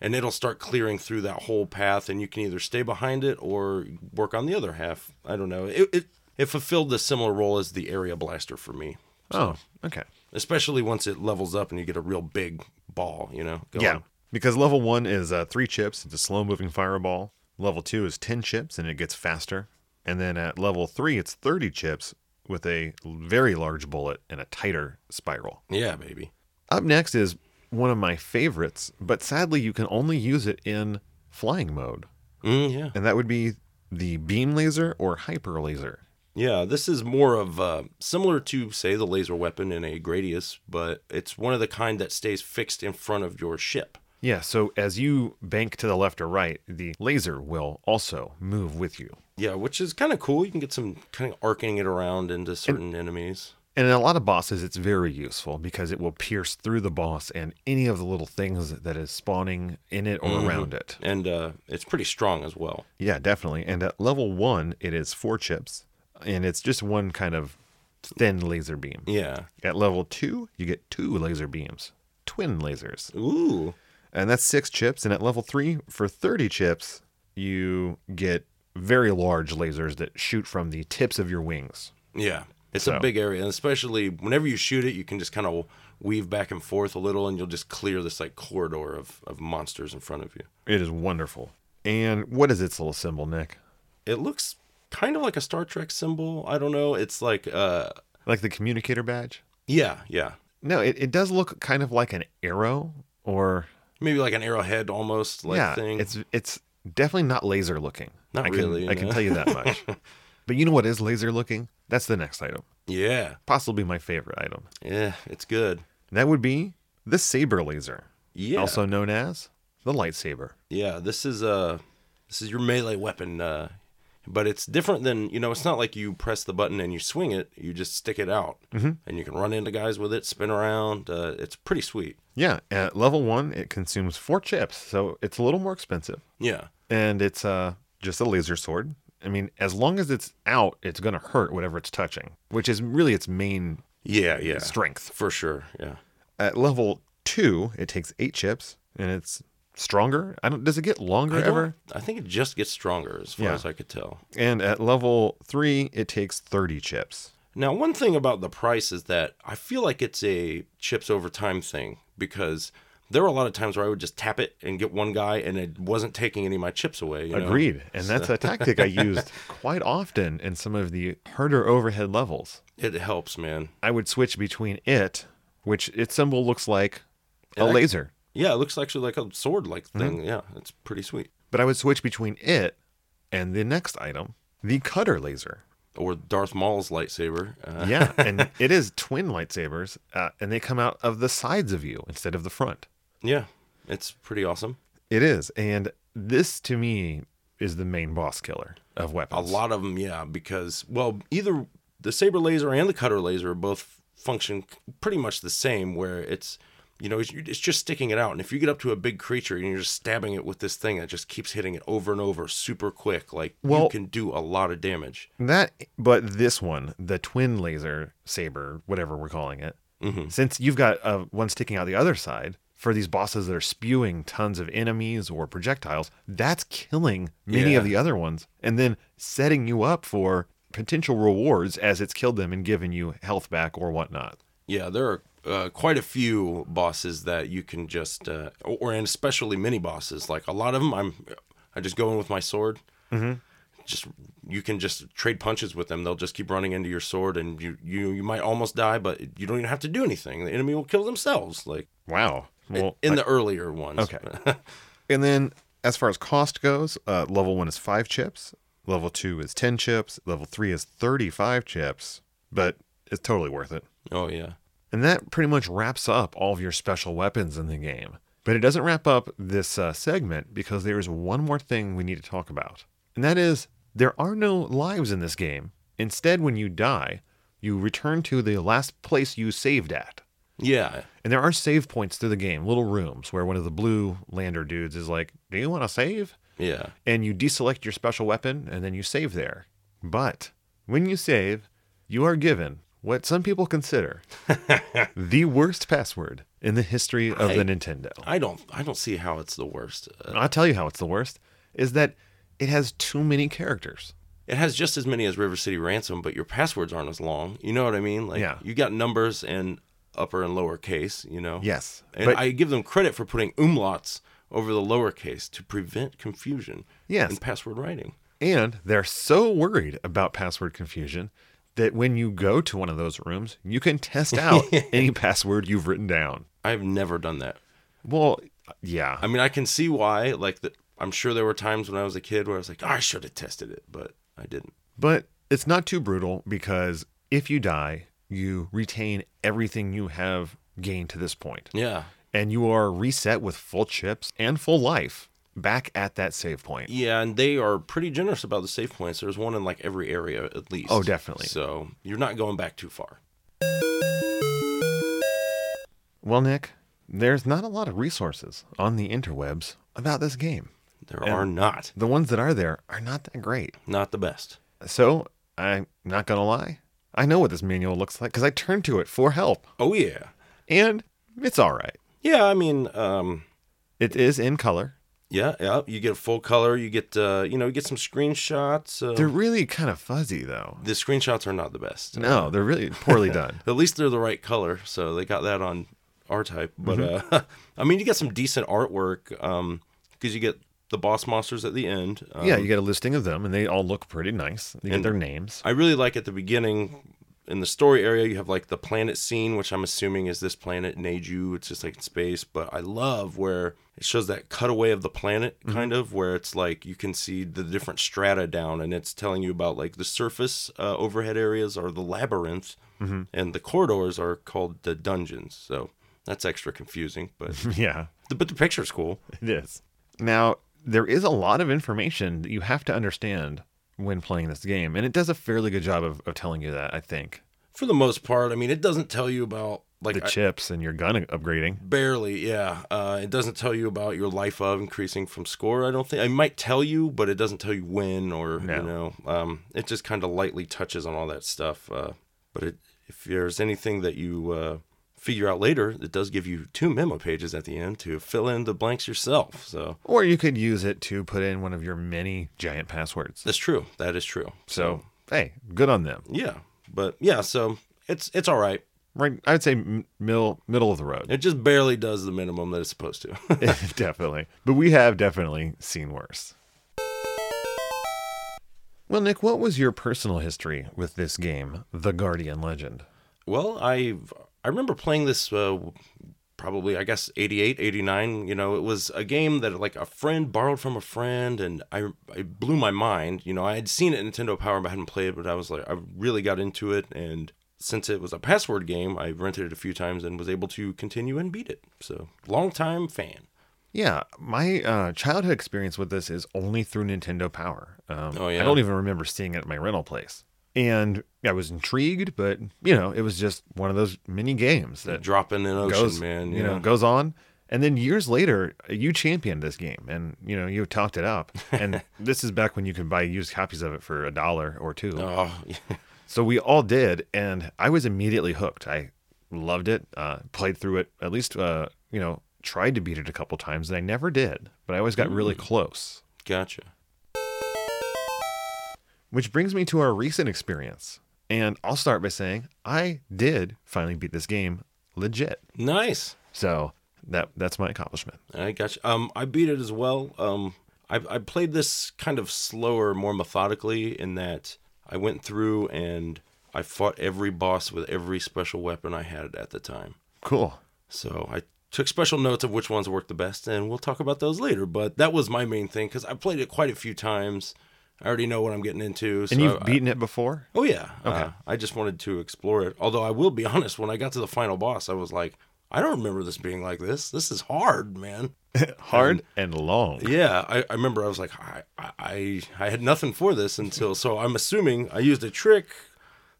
[SPEAKER 2] and it'll start clearing through that whole path, and you can either stay behind it or work on the other half. I don't know. It, it, it fulfilled the similar role as the area blaster for me,
[SPEAKER 1] Oh, okay.
[SPEAKER 2] especially once it levels up and you get a real big ball, you know? going.
[SPEAKER 1] Yeah, because level one is uh, three chips. It's a slow moving fireball. Level two is 10 chips and it gets faster. And then at level three, it's 30 chips with a very large bullet and a tighter spiral.
[SPEAKER 2] Yeah, baby.
[SPEAKER 1] Up next is one of my favorites, but sadly, you can only use it in flying mode.
[SPEAKER 2] Mm, yeah.
[SPEAKER 1] And that would be the beam laser or hyper laser.
[SPEAKER 2] Yeah, this is more of uh, similar to, say, the laser weapon in a Gradius, but it's one of the kind that stays fixed in front of your ship.
[SPEAKER 1] Yeah, so as you bank to the left or right, the laser will also move with you.
[SPEAKER 2] Yeah, which is kind of cool. You can get some kind of arcing it around into certain enemies.
[SPEAKER 1] And in a lot of bosses, it's very useful because it will pierce through the boss and any of the little things that is spawning in it or around it.
[SPEAKER 2] And uh, it's pretty strong as well.
[SPEAKER 1] Yeah, definitely. And at level one, it is four chips, and it's just one kind of thin laser beam.
[SPEAKER 2] Yeah.
[SPEAKER 1] At level two, you get two laser beams, twin lasers.
[SPEAKER 2] Ooh.
[SPEAKER 1] And that's six chips. And at level three, for 30 chips, you get very large lasers that shoot from the tips of your wings.
[SPEAKER 2] Yeah. It's
[SPEAKER 1] So-
[SPEAKER 2] a big area, and especially whenever you shoot it, you can just kind of weave back and forth a little, and you'll just clear this like corridor of, of monsters in front of you.
[SPEAKER 1] It is wonderful. And what is its little symbol, Nick?
[SPEAKER 2] It looks kind of like a Star Trek symbol. I don't know. It's like, uh,
[SPEAKER 1] Like the communicator badge?
[SPEAKER 2] yeah, yeah.
[SPEAKER 1] No, it, it does look kind of like an arrow or
[SPEAKER 2] maybe like an arrowhead almost like
[SPEAKER 1] yeah,
[SPEAKER 2] thing.
[SPEAKER 1] it's it's definitely not laser looking.
[SPEAKER 2] Not
[SPEAKER 1] I can,
[SPEAKER 2] really,
[SPEAKER 1] I can
[SPEAKER 2] no.
[SPEAKER 1] tell you that much. but you know what is laser looking? That's the next item,
[SPEAKER 2] yeah,
[SPEAKER 1] possibly my favorite item.
[SPEAKER 2] yeah, it's good.
[SPEAKER 1] That would be the saber laser,
[SPEAKER 2] Yeah,
[SPEAKER 1] also known as the lightsaber.
[SPEAKER 2] yeah. This is uh this is your melee weapon, uh, but it's different than you know. It's not like you press the button and you swing it. You just stick it out,
[SPEAKER 1] Mm-hmm.
[SPEAKER 2] and you can run into guys with it, spin around. Uh, it's pretty sweet.
[SPEAKER 1] Yeah, at level one, it consumes four chips, so it's a little more expensive,
[SPEAKER 2] Yeah,
[SPEAKER 1] and it's uh just a laser sword. I mean, as long as it's out, it's gonna hurt whatever it's touching, which is really its main
[SPEAKER 2] yeah, yeah,
[SPEAKER 1] strength.
[SPEAKER 2] for sure. Yeah,
[SPEAKER 1] at level two, it takes eight chips and it's stronger. I don't. Does it get longer
[SPEAKER 2] I don't-
[SPEAKER 1] ever?
[SPEAKER 2] I think it just gets stronger as far
[SPEAKER 1] Yeah.
[SPEAKER 2] as I could tell.
[SPEAKER 1] And at level three, it takes thirty chips.
[SPEAKER 2] Now, one thing about the price is that I feel like it's a chips over time thing because there were a lot of times where I would just tap it and get one guy and it wasn't taking any of my chips away. you know? uh,
[SPEAKER 1] Agreed. And that's a tactic I used quite often in some of the harder overhead levels.
[SPEAKER 2] It helps, man.
[SPEAKER 1] I would switch between it, which its symbol looks like a
[SPEAKER 2] And I-
[SPEAKER 1] laser,
[SPEAKER 2] Yeah, it looks actually like a sword like thing. Yeah, it's pretty sweet.
[SPEAKER 1] but I would switch between it and the next item, the cutter laser.
[SPEAKER 2] Or Darth Maul's lightsaber. Uh,
[SPEAKER 1] Yeah, and it is twin lightsabers, uh, and they come out of the sides of you instead of the front.
[SPEAKER 2] yeah, it's pretty awesome.
[SPEAKER 1] It is. And this to me is the main boss killer of
[SPEAKER 2] A
[SPEAKER 1] weapons.
[SPEAKER 2] lot of them, yeah, because well, either the saber laser and the cutter laser both function pretty much the same, where it's you know it's, it's just sticking it out, and if you get up to a big creature and you're just stabbing it with this thing that just keeps hitting it over and over, super quick, like
[SPEAKER 1] Well-
[SPEAKER 2] you can do a lot of damage.
[SPEAKER 1] That, but this one, the twin laser saber, whatever we're calling it,
[SPEAKER 2] Mm-hmm.
[SPEAKER 1] since you've got uh, one sticking out the other side for these bosses that are spewing tons of enemies or projectiles, that's killing many of
[SPEAKER 2] Yeah.
[SPEAKER 1] the other ones and then setting you up for potential rewards as it's killed them and given you health back or whatnot.
[SPEAKER 2] Yeah, there are uh, quite a few bosses that you can just, uh, or or- and especially mini bosses. Like a lot of them, I'm, I just go in with my sword. Just you can just trade punches with them. They'll just keep running into your sword, and you you you might almost die, but you don't even have to do anything. The enemy will kill themselves. Like
[SPEAKER 1] Wow. Well,
[SPEAKER 2] in the earlier ones.
[SPEAKER 1] Okay. And then, as far as cost goes, uh, level one is five chips, level two is 10 chips, level three is 35 chips, but it's totally worth it.
[SPEAKER 2] oh yeah.
[SPEAKER 1] And that pretty much wraps up all of your special weapons in the game. But it doesn't wrap up this uh, segment because there is one more thing we need to talk about. And that is there are no lives in this game. Instead, when you die, you return to the last place you saved at.
[SPEAKER 2] Yeah.
[SPEAKER 1] And there are save points through the game, little rooms where one of the blue lander dudes is like, Do you want to save?
[SPEAKER 2] Yeah.
[SPEAKER 1] And you deselect your special weapon and then you save there. But when you save, you are given what some people consider the worst password in the history of the Nintendo.
[SPEAKER 2] I don't I don't see how it's the worst. Uh,
[SPEAKER 1] I'll tell you how it's the worst is that it has too many characters.
[SPEAKER 2] it has just as many as River City Ransom, but your passwords aren't as long. You know what I mean? Like
[SPEAKER 1] Yeah.
[SPEAKER 2] you got numbers and upper and lower case, you know?
[SPEAKER 1] Yes.
[SPEAKER 2] And
[SPEAKER 1] but
[SPEAKER 2] I give them credit for putting umlauts over the lowercase to prevent confusion
[SPEAKER 1] Yes.
[SPEAKER 2] in password writing.
[SPEAKER 1] And they're so worried about password confusion that when you go to one of those rooms, you can test out any password you've written down.
[SPEAKER 2] I've never done that.
[SPEAKER 1] Well, yeah.
[SPEAKER 2] I mean, I can see why. Like, the, I'm sure there were times when I was a kid where I was like, "Oh, I should have tested it, but I didn't.
[SPEAKER 1] But it's not too brutal because if you die, you retain everything you have gained to this point.
[SPEAKER 2] Yeah.
[SPEAKER 1] And you are reset with full chips and full life back at that save point.
[SPEAKER 2] Yeah, and they are pretty generous about the save points. There's one in like every area at least.
[SPEAKER 1] Oh, definitely.
[SPEAKER 2] So you're not going back too far.
[SPEAKER 1] Well, Nick, there's not a lot of resources on the interwebs about this game.
[SPEAKER 2] There are not.
[SPEAKER 1] The ones that are there are not that great.
[SPEAKER 2] Not the best.
[SPEAKER 1] So I'm not going to lie. I know what this manual looks like because I turned to it for help.
[SPEAKER 2] Oh, yeah.
[SPEAKER 1] And it's all right.
[SPEAKER 2] Yeah, I mean, um,
[SPEAKER 1] It is in color.
[SPEAKER 2] Yeah, yeah. You get a full color. You get uh, you know, you get some screenshots. Uh,
[SPEAKER 1] They're really kind of fuzzy, though.
[SPEAKER 2] the screenshots are not the best.
[SPEAKER 1] No, they're really poorly done.
[SPEAKER 2] At least they're the right color, so they got that on our type. But
[SPEAKER 1] Mm-hmm.
[SPEAKER 2] uh, I mean, you get some decent artwork because you get the boss monsters at the end. Um,
[SPEAKER 1] yeah, you get a listing of them, and they all look pretty nice. You get their names.
[SPEAKER 2] I really like at the beginning in the story area. You have like the planet scene, which I'm assuming is this planet Neju. It's just like in space. But I love where it shows that cutaway of the planet, kind of where it's like you can see the different strata down, and it's telling you about like the surface uh, overhead areas are the labyrinth, and the corridors are called the dungeons. So that's extra confusing, but
[SPEAKER 1] yeah,
[SPEAKER 2] but the picture's cool.
[SPEAKER 1] it is. Now, there is a lot of information that you have to understand when playing this game, and it does a fairly good job of, of telling you that, I think.
[SPEAKER 2] For the most part, I mean, it doesn't tell you about like
[SPEAKER 1] The
[SPEAKER 2] I-
[SPEAKER 1] chips and your gun upgrading.
[SPEAKER 2] Barely, yeah. Uh, it doesn't tell you about your life of increasing from score. I don't think. I might tell you, but it doesn't tell you when or
[SPEAKER 1] No.
[SPEAKER 2] you know. Um, it just kind of lightly touches on all that stuff. Uh, but it, if there's anything that you uh, figure out later, it does give you two memo pages at the end to fill in the blanks yourself. So
[SPEAKER 1] Or you could use it to put in one of your many giant passwords.
[SPEAKER 2] that's true. That is true.
[SPEAKER 1] So, hey, good on them.
[SPEAKER 2] yeah, But yeah, so it's it's all right.
[SPEAKER 1] Right, I'd say m- middle middle of the road,
[SPEAKER 2] It just barely does the minimum that it's supposed to.
[SPEAKER 1] definitely. But we have definitely seen worse. Well, Nick, what was your personal history with this game, The Guardian Legend?
[SPEAKER 2] Well, I I remember playing this uh, probably I guess 88, 89, you know, it was a game that like a friend borrowed from a friend and I it blew my mind, you know, I had seen it in Nintendo Power but I hadn't played it, but I was like I really got into it and since it was a password game, I rented it a few times and was able to continue and beat it. So, long time fan.
[SPEAKER 1] Yeah, my uh, childhood experience with this is only through Nintendo Power. Um,
[SPEAKER 2] Oh, yeah?
[SPEAKER 1] I don't even remember seeing it at my rental place. And I was intrigued, but, you know, it was just one of those mini games that
[SPEAKER 2] Dropping an ocean,
[SPEAKER 1] goes,
[SPEAKER 2] man.
[SPEAKER 1] you know, goes on. And then years later, you championed this game, and you know you talked it up. And this is back when you could buy used copies of it for a dollar or two.
[SPEAKER 2] Oh,
[SPEAKER 1] So we all did, and I was immediately hooked. I loved it. Uh, played through it at least. Uh, you know, tried to beat it a couple times, and I never did. But I always got
[SPEAKER 2] Mm.
[SPEAKER 1] really close.
[SPEAKER 2] gotcha.
[SPEAKER 1] Which brings me to our recent experience. And I'll start by saying I did finally beat this game legit.
[SPEAKER 2] Nice.
[SPEAKER 1] So that that's my accomplishment.
[SPEAKER 2] I gotcha. Um, I beat it as well. Um, I, I played this kind of slower, more methodically, in that I went through and I fought every boss with every special weapon I had at the time.
[SPEAKER 1] Cool.
[SPEAKER 2] So I took special notes of which ones worked the best, and we'll talk about those later. But that was my main thing because I played it quite a few times. I already know what I'm getting into. So
[SPEAKER 1] And you've
[SPEAKER 2] I-
[SPEAKER 1] beaten it before?
[SPEAKER 2] Oh yeah. Okay. I just wanted to explore it. Although I will be honest, when I got to the final boss, I was like, I don't remember this being like this. This is hard, man.
[SPEAKER 1] Hard and long.
[SPEAKER 2] Yeah, I, I remember I was like, I, I I had nothing for this until so I'm assuming I used a trick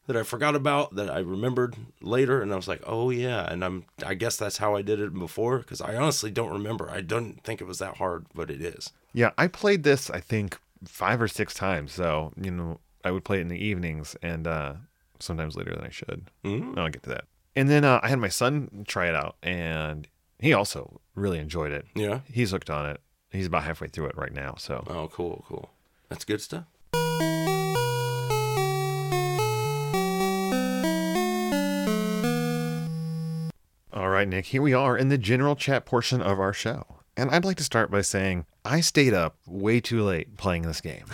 [SPEAKER 2] that I forgot about that I remembered later, and I was like, oh yeah, and I'm I guess that's how I did it before because I honestly don't remember. I don't think it was that hard, but it is.
[SPEAKER 1] Yeah, I played this I think five or six times. So you know, I would play it in the evenings and uh, sometimes later than I should.
[SPEAKER 2] Mm.
[SPEAKER 1] I'll get to that. And then uh, I had my son try it out, and he also really enjoyed it.
[SPEAKER 2] Yeah.
[SPEAKER 1] He's hooked on it. He's about halfway through it right now. So
[SPEAKER 2] Oh, cool, cool. That's good stuff.
[SPEAKER 1] All right, Nick, here we are in the general chat portion of our show. And I'd like to start by saying I stayed up way too late playing this game.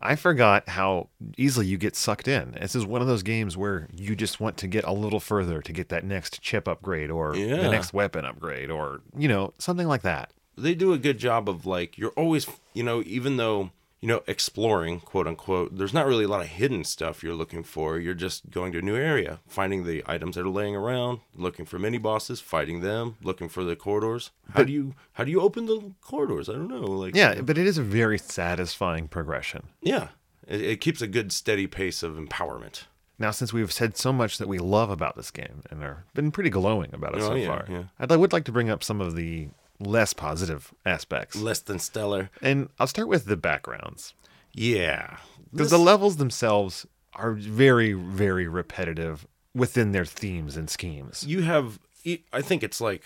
[SPEAKER 1] I forgot how easily you get sucked in. This is one of those games where you just want to get a little further to get that next chip upgrade or
[SPEAKER 2] Yeah.
[SPEAKER 1] the next weapon upgrade or, you know, something like that.
[SPEAKER 2] they do a good job of like you're always you know even though you know exploring quote unquote there's not really a lot of hidden stuff you're looking for you're just going to a new area finding the items that are laying around looking for mini bosses fighting them looking for the corridors how do you how do you open the corridors i don't know like
[SPEAKER 1] Yeah, but it is a very satisfying progression.
[SPEAKER 2] yeah it, it keeps a good steady pace of empowerment
[SPEAKER 1] Now, since we've said so much that we love about this game and are been pretty glowing about it
[SPEAKER 2] Oh,
[SPEAKER 1] so
[SPEAKER 2] yeah,
[SPEAKER 1] far,
[SPEAKER 2] yeah.
[SPEAKER 1] I'd, I would like to bring up some of the less positive aspects.
[SPEAKER 2] less than stellar
[SPEAKER 1] And I'll start with the backgrounds
[SPEAKER 2] yeah
[SPEAKER 1] because the levels themselves are very, very repetitive within their themes and schemes.
[SPEAKER 2] you have e- i think it's like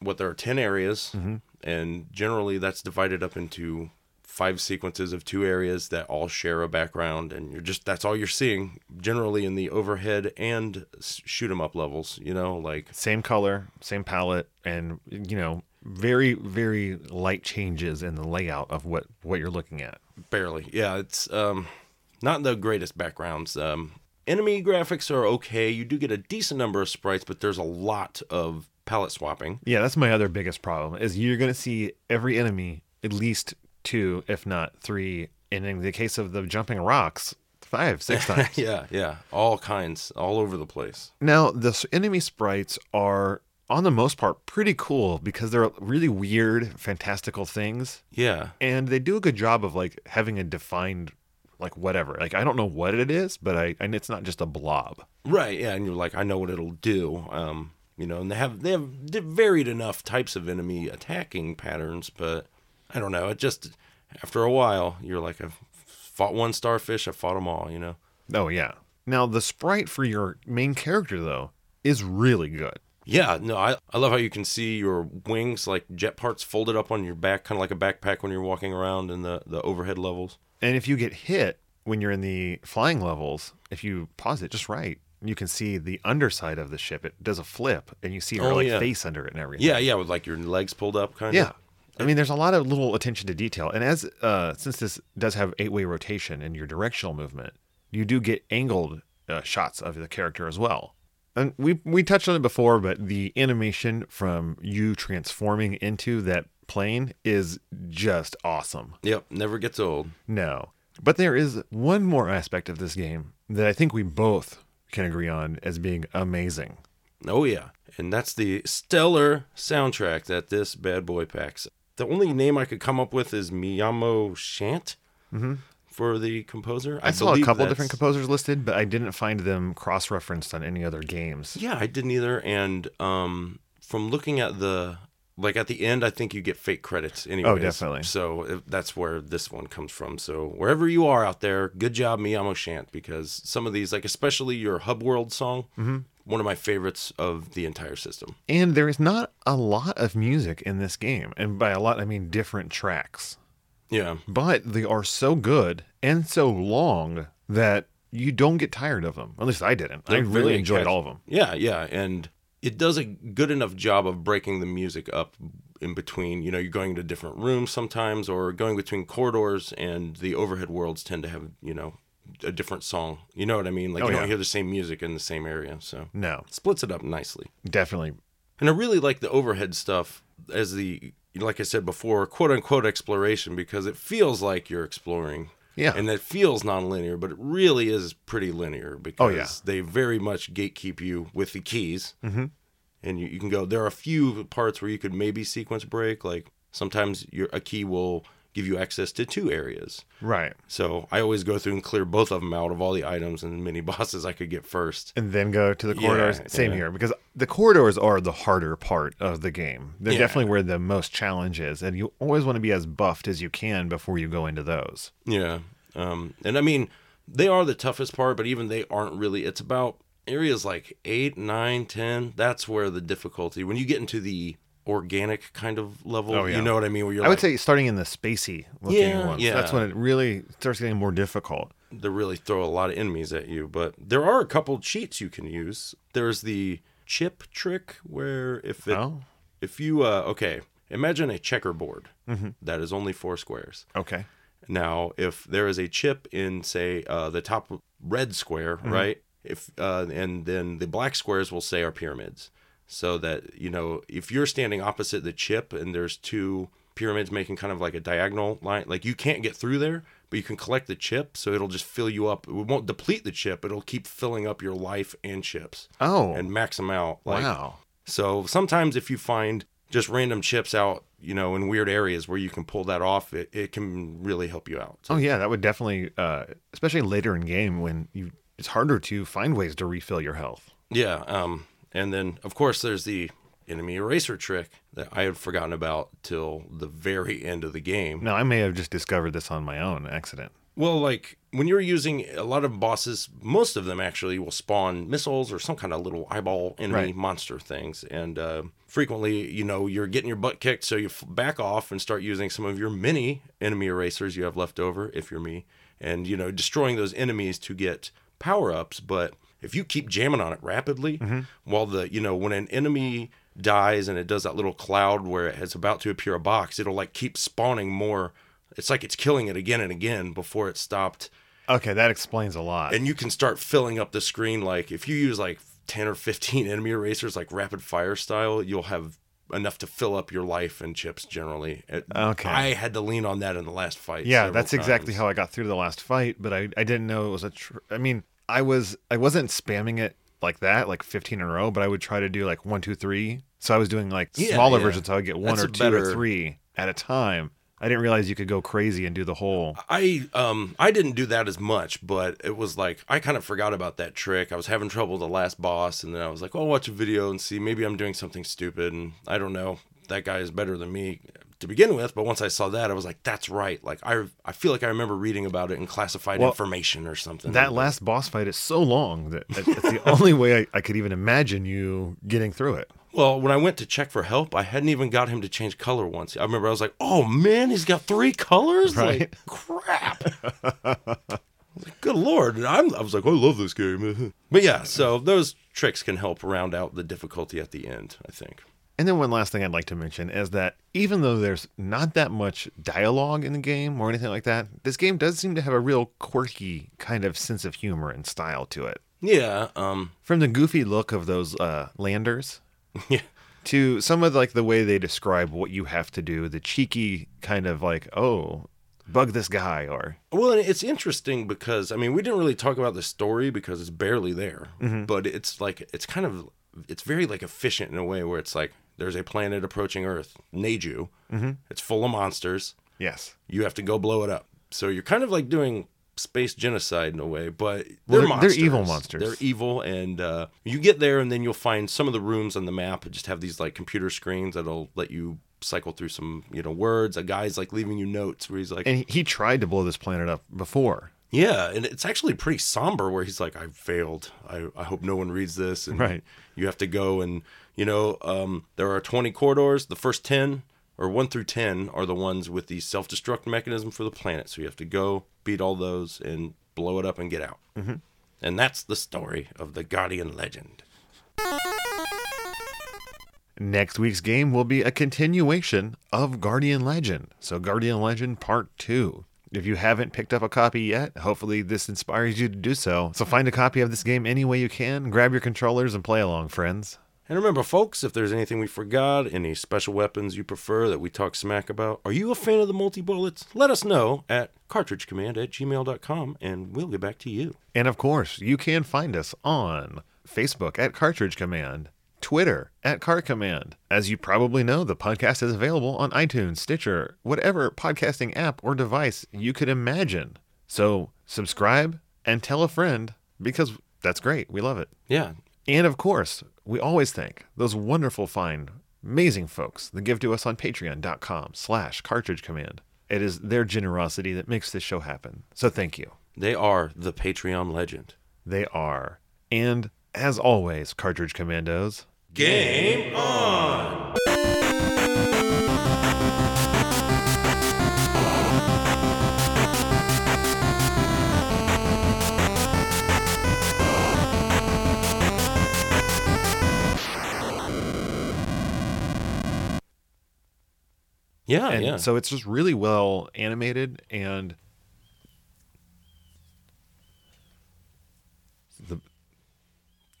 [SPEAKER 2] what there are 10 areas and generally that's divided up into five sequences of two areas that all share a background and you're just that's all you're seeing generally in the overhead and s- shoot 'em up levels you know like
[SPEAKER 1] Same color, same palette, and you know, very, very light changes in the layout of what what you're looking at.
[SPEAKER 2] barely yeah it's um not the greatest backgrounds um enemy graphics are okay you do get a decent number of sprites but there's a lot of palette swapping
[SPEAKER 1] Yeah, that's my other biggest problem is you're going to see every enemy at least two, if not three, and in the case of the jumping rocks, five, six times.
[SPEAKER 2] yeah yeah all kinds all over the place
[SPEAKER 1] Now, the s- enemy sprites are, on the most part, pretty cool because they're really weird, fantastical things,
[SPEAKER 2] yeah
[SPEAKER 1] and they do a good job of like having a defined, like whatever. Like I don't know what it is, but I and it's not just a blob.
[SPEAKER 2] Right. Yeah, and you're like, I know what it'll do. Um, you know, and they have they have di- varied enough types of enemy attacking patterns, but I don't know. It just after a while, you're like, I've fought one starfish, I fought them all. You know.
[SPEAKER 1] Oh yeah. Now the sprite for your main character though is really good.
[SPEAKER 2] Yeah, no, I, I love how you can see your wings like jet parts folded up on your back, kind of like a backpack when you're walking around in the, the overhead levels.
[SPEAKER 1] And if you get hit when you're in the flying levels, if you pause it just right, you can see the underside of the ship. It does a flip, and you see her
[SPEAKER 2] Oh,
[SPEAKER 1] like
[SPEAKER 2] yeah.
[SPEAKER 1] face under it and everything.
[SPEAKER 2] Yeah, yeah, with like your legs pulled up, kind
[SPEAKER 1] Yeah.
[SPEAKER 2] of.
[SPEAKER 1] I mean, there's a lot of little attention to detail. And as uh, since this does have eight way rotation and your directional movement, you do get angled uh, shots of the character as well. And we we touched on it before, but the animation from you transforming into that plane is just awesome.
[SPEAKER 2] Yep, never gets old.
[SPEAKER 1] No. But there is one more aspect of this game that I think we both can agree on as being amazing.
[SPEAKER 2] Oh yeah, and that's the stellar soundtrack that this bad boy packs. The only name I could come up with is Miyamo Shant for the composer.
[SPEAKER 1] Mm-hmm. I, saw a
[SPEAKER 2] believe
[SPEAKER 1] couple
[SPEAKER 2] that's-
[SPEAKER 1] different composers listed, but I didn't find them cross referenced on any other games.
[SPEAKER 2] Yeah, I didn't either. And um, from looking at the like at the end, I think you get fake credits anyway.
[SPEAKER 1] Oh, definitely.
[SPEAKER 2] So if- that's where this one comes from. So wherever you are out there, good job, Miyamo Shant, because some of these, like especially your Hub World song,
[SPEAKER 1] Mm-hmm.
[SPEAKER 2] one of my favorites of the entire system.
[SPEAKER 1] And there is not a lot of music in this game. And by a lot, I mean different tracks.
[SPEAKER 2] Yeah.
[SPEAKER 1] But they are so good and so long that you don't get tired of them. At least I didn't. I
[SPEAKER 2] They're
[SPEAKER 1] really
[SPEAKER 2] very
[SPEAKER 1] enjoyed
[SPEAKER 2] catchy.
[SPEAKER 1] all of them.
[SPEAKER 2] Yeah, yeah, and it does a good enough job of breaking the music up in between. You know, you're going to different rooms sometimes, or going between corridors, and the overhead worlds tend to have you know a different song. You know what I mean? Like
[SPEAKER 1] Oh,
[SPEAKER 2] you
[SPEAKER 1] yeah.
[SPEAKER 2] don't hear the same music in the same area, so
[SPEAKER 1] No,
[SPEAKER 2] it splits it up nicely.
[SPEAKER 1] definitely.
[SPEAKER 2] And I really like the overhead stuff as the like I said before, quote unquote exploration because it feels like you're exploring.
[SPEAKER 1] Yeah. Oh,
[SPEAKER 2] And it feels nonlinear, but it really is pretty linear because
[SPEAKER 1] yeah.
[SPEAKER 2] they very much gatekeep you with the keys. Mm-hmm. And you, you can go, there are a few parts where you could maybe sequence break. Like sometimes your, a key will give you access to two areas.
[SPEAKER 1] Right.
[SPEAKER 2] So I always go through and clear both of them out of all the items and mini bosses I could get first.
[SPEAKER 1] And then go to the corridors.
[SPEAKER 2] Yeah,
[SPEAKER 1] Same
[SPEAKER 2] yeah.
[SPEAKER 1] here, because the corridors are the harder part of the game. They're
[SPEAKER 2] Yeah.
[SPEAKER 1] definitely where the most challenge is. And you always want to be as buffed as you can before you go into those.
[SPEAKER 2] Yeah. Um, and I mean, they are the toughest part, but even they aren't really. It's about areas like 8, 9, 10. That's where the difficulty, when you get into the organic kind of level,
[SPEAKER 1] Oh, yeah.
[SPEAKER 2] you know what I mean? Where you're
[SPEAKER 1] I would
[SPEAKER 2] like,
[SPEAKER 1] say starting in the spacey looking
[SPEAKER 2] Yeah,
[SPEAKER 1] ones.
[SPEAKER 2] yeah.
[SPEAKER 1] That's when it really starts getting more difficult.
[SPEAKER 2] they really throw a lot of enemies at you. But there are a couple cheats you can use. There's the chip trick where if it,
[SPEAKER 1] Oh,
[SPEAKER 2] if you, uh, okay, imagine a checkerboard
[SPEAKER 1] Mm-hmm.
[SPEAKER 2] that is only four squares.
[SPEAKER 1] okay.
[SPEAKER 2] Now, if there is a chip in, say, uh, the top red square, right? If uh, and then the black squares will say are pyramids, so that you know if you're standing opposite the chip and there's two pyramids making kind of like a diagonal line, like you can't get through there, but you can collect the chip, so it'll just fill you up. It won't deplete the chip; it'll keep filling up your life and chips
[SPEAKER 1] Oh,
[SPEAKER 2] and max them out. Like,
[SPEAKER 1] wow.
[SPEAKER 2] so sometimes if you find just random chips out, you know, in weird areas where you can pull that off, it, it can really help you out.
[SPEAKER 1] Oh yeah, that would definitely, uh, especially later in game when you it's harder to find ways to refill your health.
[SPEAKER 2] Yeah. Um, and then of course there's the enemy eraser trick that I had forgotten about till the very end of the game.
[SPEAKER 1] Now I may have just discovered this on my own accident.
[SPEAKER 2] Well, like when you're using a lot of bosses, most of them actually will spawn missiles or some kind of little eyeball enemy
[SPEAKER 1] Right.
[SPEAKER 2] monster things. And uh, frequently, you know, you're getting your butt kicked, so you f- back off and start using some of your mini enemy erasers you have left over, if you're me, and, you know, destroying those enemies to get power ups. But if you keep jamming on it rapidly, while the, you know, when an enemy dies and it does that little cloud where it's about to appear a box, it'll like keep spawning more it's like it's killing it again and again before it stopped.
[SPEAKER 1] Okay, that explains a lot.
[SPEAKER 2] And you can start filling up the screen. Like if you use like 10 or 15 enemy erasers, like rapid fire style, you'll have enough to fill up your life and chips generally. It-
[SPEAKER 1] Okay.
[SPEAKER 2] I had to lean on that in the last fight.
[SPEAKER 1] yeah,
[SPEAKER 2] several
[SPEAKER 1] that's exactly
[SPEAKER 2] times.
[SPEAKER 1] how I got through the last fight, but I, I didn't know it was a. Tr- I mean, I was I wasn't spamming it like that, like fifteen in a row, but I would try to do like one, two, three. So I was doing like
[SPEAKER 2] Yeah,
[SPEAKER 1] smaller
[SPEAKER 2] yeah.
[SPEAKER 1] versions, so I would get one
[SPEAKER 2] That's
[SPEAKER 1] or
[SPEAKER 2] a
[SPEAKER 1] two or
[SPEAKER 2] better-
[SPEAKER 1] three at a time. I didn't realize you could go crazy and do the whole.
[SPEAKER 2] I um I didn't do that as much, but it was like I kind of forgot about that trick. I was having trouble with the last boss, and then I was like, "I'll watch a video and see. Maybe I'm doing something stupid, and I don't know. That guy is better than me to begin with." But once I saw that, I was like, "That's right." Like I I feel like I remember reading about it in classified
[SPEAKER 1] Well,
[SPEAKER 2] information or something.
[SPEAKER 1] That last boss fight is so long that that- that's the only way I, I could even imagine you getting through it.
[SPEAKER 2] well, when I went to check for help, I hadn't even got him to change color once. I remember I was like, "Oh man, he's got three colors! Like, crap." Like, Good lord, I'm, I was like, I love this game. but yeah, so those tricks can help round out the difficulty at the end, I think.
[SPEAKER 1] And then one last thing I'd like to mention is that even though there's not that much dialogue in the game or anything like that, this game does seem to have a real quirky kind of sense of humor and style to it.
[SPEAKER 2] Yeah, um,
[SPEAKER 1] From the goofy look of those uh, landers
[SPEAKER 2] yeah,
[SPEAKER 1] to some of like the way they describe what you have to do, the cheeky kind of like, oh, bug this guy or
[SPEAKER 2] Well, and it's interesting because I mean we didn't really talk about the story because it's barely there, but it's like it's kind of it's very like efficient in a way where it's like there's a planet approaching Earth, Neju. Mm-hmm. It's full of monsters.
[SPEAKER 1] yes.
[SPEAKER 2] You have to go blow it up. So you're kind of like doing space genocide in a way, but
[SPEAKER 1] Well,
[SPEAKER 2] they're,
[SPEAKER 1] they're- they're evil monsters.
[SPEAKER 2] They're evil, and uh, you get there, and then you'll find some of the rooms on the map just have these like computer screens that'll let you cycle through some you know words. A guy's like leaving you notes where he's like,
[SPEAKER 1] And he- he tried to blow this planet up before.
[SPEAKER 2] yeah, and it's actually pretty somber where he's like, I failed. I, I hope no one reads this. And
[SPEAKER 1] Right.
[SPEAKER 2] you have to go and, you know, um, there are 20 corridors. The first 10 or 1 through 10 are the ones with the self destruct mechanism for the planet. So you have to go, beat all those, and blow it up and get out. Mm-hmm. And that's the story of the Guardian legend.
[SPEAKER 1] Next week's game will be a continuation of Guardian Legend. So, Guardian Legend Part 2. If you haven't picked up a copy yet, hopefully this inspires you to do so. So, find a copy of this game any way you can, grab your controllers, and play along, friends.
[SPEAKER 2] And remember, folks, if there's anything we forgot, any special weapons you prefer that we talk smack about, are you a fan of the multi bullets? Let us know at cartridgecommand at gmail.com and we'll get back to you.
[SPEAKER 1] And of course, you can find us on Facebook at Cartridge Command, Twitter at Cart Command. As you probably know, the podcast is available on iTunes, Stitcher, whatever podcasting app or device you could imagine. So subscribe and tell a friend because that's great. We love it.
[SPEAKER 2] Yeah.
[SPEAKER 1] And of course, we always thank those wonderful, fine, amazing folks that give to us on patreon.com slash cartridge command. It is their generosity that makes this show happen. So thank you.
[SPEAKER 2] They are the Patreon legend.
[SPEAKER 1] They are. And as always, Cartridge Commandos,
[SPEAKER 2] Game on! Yeah,
[SPEAKER 1] and
[SPEAKER 2] Oh, yeah.
[SPEAKER 1] so it's just really well animated and the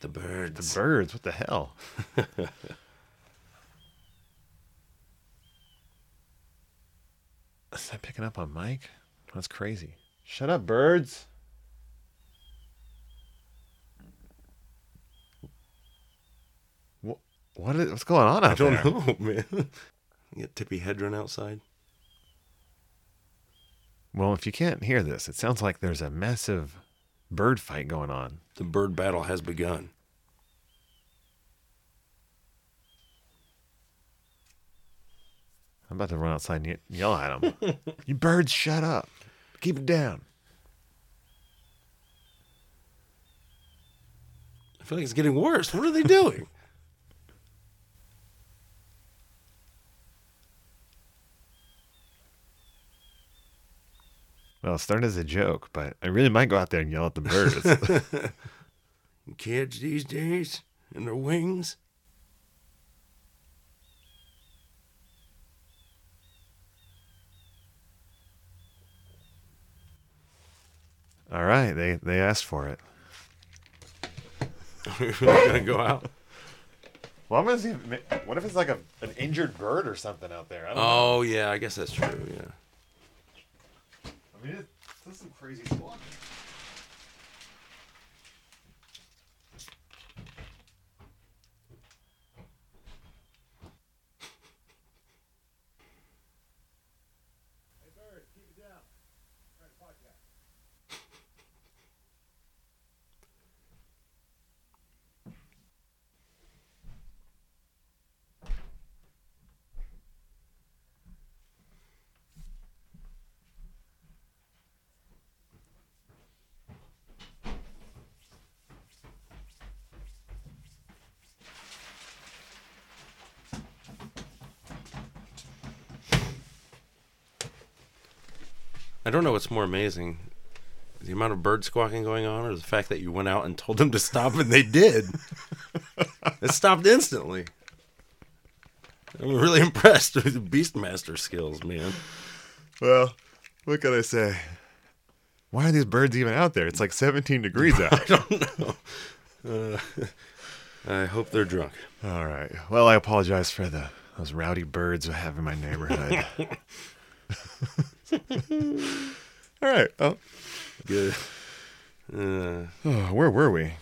[SPEAKER 2] the birds.
[SPEAKER 1] the birds what the hell is that picking up on mike that's crazy shut up birds Wha- what is, what's going on out
[SPEAKER 2] I don't
[SPEAKER 1] there?
[SPEAKER 2] know, man. You got Tippy Hedron outside.
[SPEAKER 1] Well, if you can't hear this, it sounds like there's a massive bird fight going on.
[SPEAKER 2] The bird battle has begun.
[SPEAKER 1] I'm about to run outside and ye- yell at them. you birds, shut up. Keep it down.
[SPEAKER 2] I feel like it's getting worse. What are they doing?
[SPEAKER 1] Well, it started as a joke, but I really might go out there and yell at the birds.
[SPEAKER 2] kids these days and their wings.
[SPEAKER 1] All right, they, they asked for it.
[SPEAKER 2] We're gonna go out.
[SPEAKER 1] Well, I'm gonna see. If, what if it's like a, an injured bird or something out there? I don't
[SPEAKER 2] Oh yeah, I guess that's true. Yeah.
[SPEAKER 1] I mean, this is some crazy stuff.
[SPEAKER 2] I don't know what's more amazing, the amount of bird squawking going on or the fact that you went out and told them to stop and they did. it stopped instantly. I'm really impressed with the Beastmaster skills, man.
[SPEAKER 1] Well, what could I say? Why are these birds even out there? It's like 17 degrees out.
[SPEAKER 2] I hope they're drunk.
[SPEAKER 1] All right. Well, I apologize for the those rowdy birds I have in my neighborhood. All right. Oh,
[SPEAKER 2] Good. Uh,
[SPEAKER 1] where were we?